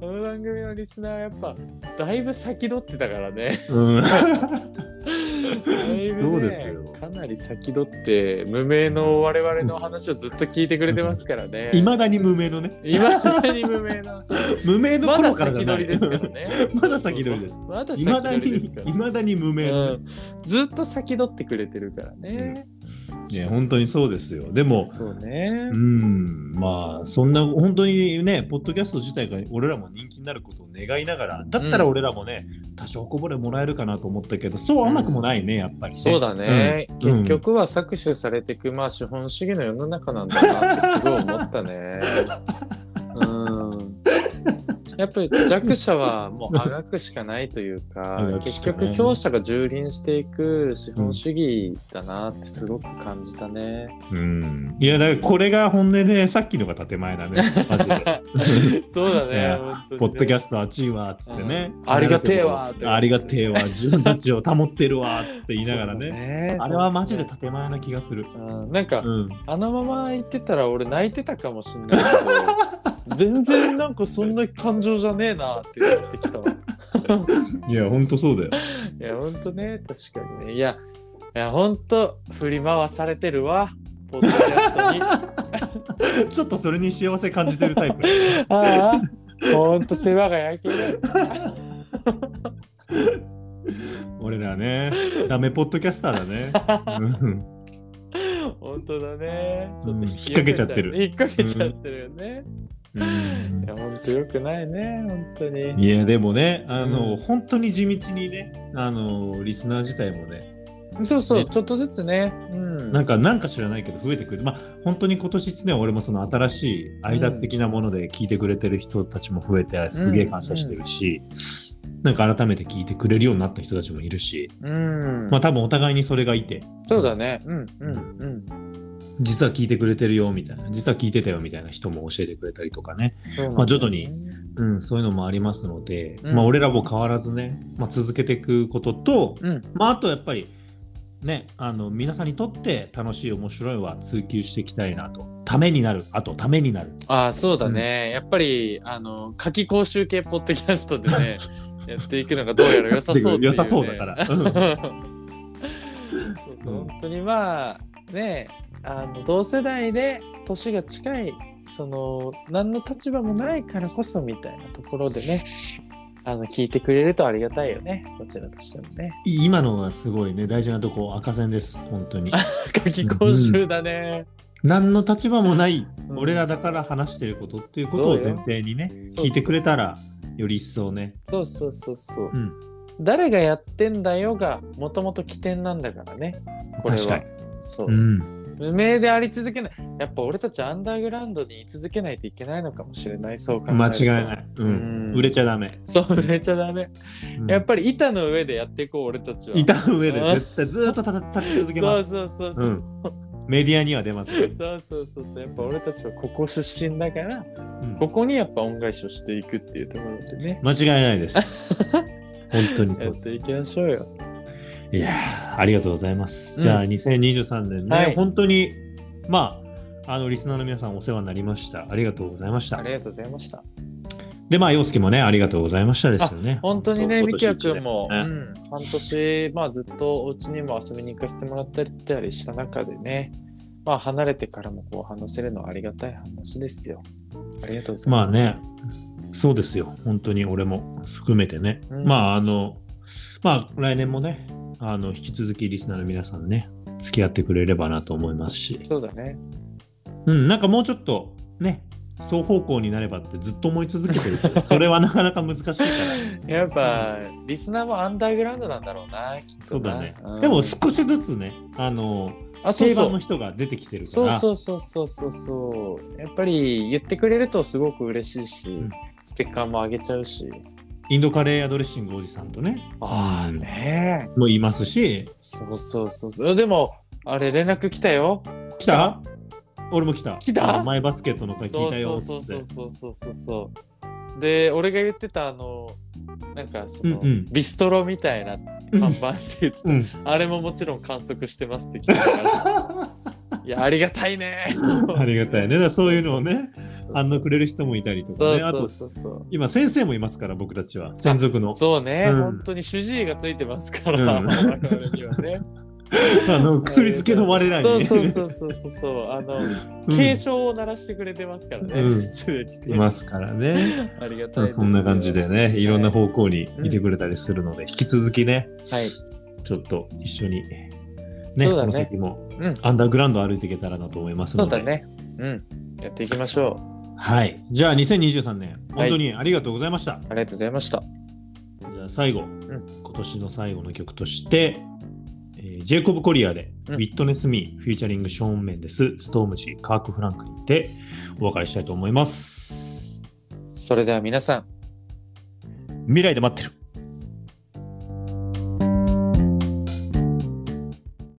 Speaker 2: うん
Speaker 1: この番組のリスナーやっぱだいぶ先取ってたからね。
Speaker 2: うん
Speaker 1: だいぶね
Speaker 2: そうですよ
Speaker 1: かなり先取って無名の我々の話をずっと聞いてくれてますからね。
Speaker 2: いまだに無名のね
Speaker 1: いまだに無名 のそう
Speaker 2: 無名の
Speaker 1: まだ
Speaker 2: 頃からじ
Speaker 1: 先
Speaker 2: ゃな
Speaker 1: 取
Speaker 2: い。
Speaker 1: りですからね
Speaker 2: まだ先取りです
Speaker 1: そうそうそうまだ
Speaker 2: い
Speaker 1: 先
Speaker 2: まだ
Speaker 1: 取りですか
Speaker 2: にいまだに無
Speaker 1: ら。
Speaker 2: 名の
Speaker 1: う
Speaker 2: ね、
Speaker 1: ん、ずっと先取ってくれてるからね。
Speaker 2: ね本当にそうですよでも
Speaker 1: そうね
Speaker 2: う。んまあそんな本当にねポッドキャスト自体が俺らも人気になることを願いながらだったら
Speaker 1: うん
Speaker 2: 俺らもね、多少こぼれもらえるかなと思ったけどそう甘くもないねやっぱり、ね、
Speaker 1: そうだね、
Speaker 2: うん
Speaker 1: 結局は搾取されていく、まあ、資本主義の世の中なんだなってすごい思ったね。うん、やっぱり弱者はもうあがくしかないというか
Speaker 2: あがくし
Speaker 1: 結
Speaker 2: かないね
Speaker 1: 局強者が蹂躙していく資本主義だなってすごく感じたね。
Speaker 2: うんいやだからこれが本音でさっきのが建 前だねマジで
Speaker 1: そうだ
Speaker 2: いや
Speaker 1: ね。本当にね
Speaker 2: ポッドキャスト熱いわっつってね、
Speaker 1: うんありがてえわって
Speaker 2: ありがてえわ自分たちを保ってるわって言いながら
Speaker 1: そうだ
Speaker 2: ねあれはマジで建前な気がする、
Speaker 1: うんなんか、
Speaker 2: うん、
Speaker 1: あのまま言ってたら俺泣いてたかもしんないけ ど全然なんかそんな感情じゃねえなってなってきたわ
Speaker 2: いやほんとそうだよ
Speaker 1: いやほんとね確かにねいやいやほんと振り回されてるわポッドキャス トにあ
Speaker 2: ちょっとそれに幸せ感じてるタイプ
Speaker 1: あほんと世話が焼ける
Speaker 2: 俺らね、ダメポッドキャスターだね。うん
Speaker 1: ほんとだねちょっ
Speaker 2: うん
Speaker 1: と
Speaker 2: 引っ掛けちゃってる
Speaker 1: 引っ掛けちゃってるよね、いやほんとよくないねほんとに
Speaker 2: いや、でもね、あの、
Speaker 1: うん
Speaker 2: 本当に地道にね、あの、リスナー自体もね、
Speaker 1: そうそう、
Speaker 2: ね
Speaker 1: ちょっとずつねうん
Speaker 2: なんか、なんか知らないけど増えてくる。まあ、本当に今年1年、俺もその新しい挨拶的なもので聞いてくれてる人たちも増えて、すげえ感謝してるし、なんか改めて聞いてくれるようになった人たちもいるし、
Speaker 1: うん、
Speaker 2: まあ、多分お互いにそれがいて、
Speaker 1: そうだねうんうんうん
Speaker 2: 実は聞いてくれてるよ、みたいな、実は聞いてたよ、みたいな人も教えてくれたりとかね。まあ徐々にうん、そういうのもありますので、
Speaker 1: うん
Speaker 2: まあ、俺らも変わらずね、まあ、続けていくことと、
Speaker 1: うん、
Speaker 2: まあ、あとやっぱり、ね、あの皆さんにとって楽しい、面白いは追求していきたいなと、ためになる、あとためになる。
Speaker 1: ああそうだね、やっぱりあの夏季講習系ポッドキャストで ねやっていくのがどうやら良さ そうっていう、ね、
Speaker 2: 良さそうだからうん
Speaker 1: そうそう
Speaker 2: うん
Speaker 1: 本当にまあねあの同世代で年が近いその何の立場もないからこそみたいなところでねあの聞いてくれるとありがたいよねこちらとしてもね
Speaker 2: 今のはすごいね、大事なとこ、赤線です、本 当に。
Speaker 1: 夏季講習だね、
Speaker 2: 何の立場もない、
Speaker 1: うん
Speaker 2: 俺らだから話してることっていうことを
Speaker 1: そうよ
Speaker 2: 前提にね、
Speaker 1: そうそう
Speaker 2: 聞いてくれたら、より一層ね。
Speaker 1: そうそうそうそう
Speaker 2: うん、
Speaker 1: 誰がやってんだよがもともと起点なんだからねこれは
Speaker 2: 確かに。
Speaker 1: そう、
Speaker 2: うん、
Speaker 1: 無名であり続けないやっぱ俺たちアンダーグラウンドに居続けないといけないのかもしれないそう考えると
Speaker 2: 間違いない。う
Speaker 1: うん
Speaker 2: ん、売れちゃダメ。
Speaker 1: そう売れちゃダメ、
Speaker 2: うん
Speaker 1: やっぱり板の上でやっていこう俺たちは
Speaker 2: 板の上で
Speaker 1: うん
Speaker 2: 絶対ずーっと立た立ち続けます。
Speaker 1: そうそうそうそうう、
Speaker 2: ん、メディアには出ますよ。
Speaker 1: そうそうそうそうやっぱ俺たちはここ出身だから
Speaker 2: うん
Speaker 1: ここにやっぱ恩返しをしていくっていうところでね
Speaker 2: 間違いな いです。本当に
Speaker 1: や
Speaker 2: そ
Speaker 1: っ
Speaker 2: う。
Speaker 1: ていきましょうよ
Speaker 2: いやーありがとうございます。じゃあ、
Speaker 1: う
Speaker 2: 2023年ね、
Speaker 1: はい
Speaker 2: 本当に、まあ、あの、リスナーの皆さんお世話になりました。ありがとうございまし
Speaker 1: あ
Speaker 2: た。
Speaker 1: りがとうございました
Speaker 2: で、まあ、洋介もね、ありがとうございましたですよね。
Speaker 1: 本当にね
Speaker 2: 本
Speaker 1: み
Speaker 2: 当
Speaker 1: きやくんも、
Speaker 2: 今
Speaker 1: うん、
Speaker 2: 年一年ね
Speaker 1: 半年、まあ、ずっとお家にも遊びに行かせてもらったりたりした中でねまあ離れてからもこう話せるのはありがたい話ですよありがとうござい
Speaker 2: まあ
Speaker 1: ます
Speaker 2: ね、そうですよ。本当に俺も含めてね。
Speaker 1: うん
Speaker 2: まあ、あの、まあ、来年もね、あの、引き続きリスナーの皆さんね、付き合ってくれればなと思いますし。
Speaker 1: そうだね
Speaker 2: うん、なんかもうちょっとね、双方向になればってずっと思い続けて るけど、それはなかなか難しいから。
Speaker 1: やっぱ、リスナーもアンダーグラウンドなんだろうな、きっとな
Speaker 2: そうだね。
Speaker 1: うん
Speaker 2: でも少しずつね、あの、
Speaker 1: あそう
Speaker 2: 定
Speaker 1: そ
Speaker 2: 番の
Speaker 1: う
Speaker 2: 人が出てきてるか
Speaker 1: そう
Speaker 2: ら、
Speaker 1: そうそうそうそうそう。やっぱり言ってくれるとすごく嬉しいし、
Speaker 2: ん
Speaker 1: ステッカーもあげちゃうし。
Speaker 2: インドカレーやドレッシングおじさんとね、
Speaker 1: ああ
Speaker 2: うん
Speaker 1: ねえ。
Speaker 2: もいますし、
Speaker 1: そうそうそうそう。でも、あれ連絡来たよ。
Speaker 2: 来た俺も来た。
Speaker 1: 来た
Speaker 2: あのマイバスケットの回聞いたよっ
Speaker 1: そう
Speaker 2: つ
Speaker 1: そ
Speaker 2: っ
Speaker 1: う
Speaker 2: て。
Speaker 1: そうそうそうそうそう。で、俺が言ってたあの、なんかその、
Speaker 2: うんうん
Speaker 1: ビストロみたいな看板って 言ってた、
Speaker 2: うん。
Speaker 1: あれももちろん観測してますって来たからさ。いや、ありがたい ね。
Speaker 2: ありがたいね。だからそういうのをね、反応
Speaker 1: の
Speaker 2: くれる人もいたりとか
Speaker 1: そう
Speaker 2: ね。あ
Speaker 1: そ
Speaker 2: と
Speaker 1: う、そうそう。
Speaker 2: 今、先生もいますから、僕たちは。専属の。
Speaker 1: そうね、
Speaker 2: うん
Speaker 1: 本当に主治医がついてますから、
Speaker 2: うん
Speaker 1: 我々にはね。
Speaker 2: あの、薬漬けの我らに。
Speaker 1: そうそうそうそうそうそう。あの、
Speaker 2: うん
Speaker 1: 警鐘を鳴らしてくれてますからね。
Speaker 2: うん
Speaker 1: 常にね
Speaker 2: いますか らね。
Speaker 1: ありがたいです。
Speaker 2: そんな感じで。ね、いろんな方向に
Speaker 1: うん
Speaker 2: いてくれたりするので、引き続きね、
Speaker 1: はい。
Speaker 2: ちょっと一緒に、ね、
Speaker 1: そうだね
Speaker 2: この先も、
Speaker 1: うん
Speaker 2: アンダーグラウンドを歩いていけたらなと思います
Speaker 1: そ
Speaker 2: の
Speaker 1: う
Speaker 2: で、
Speaker 1: だね。うん。やっていきましょう。
Speaker 2: はい。じゃあ、2023年、
Speaker 1: はい
Speaker 2: 本当にありがとうございました。
Speaker 1: ありがとうございました。
Speaker 2: じゃあ、最後、今年の最後の曲として、えージェイコブ・コリアで、
Speaker 1: うん
Speaker 2: ウィットネス・ミー、フューチャリング・ショーン・メンデス、ストームジー、カーク・フランクリンでお別れしたいと思います。
Speaker 1: それでは皆さん、
Speaker 2: 未来で待ってる。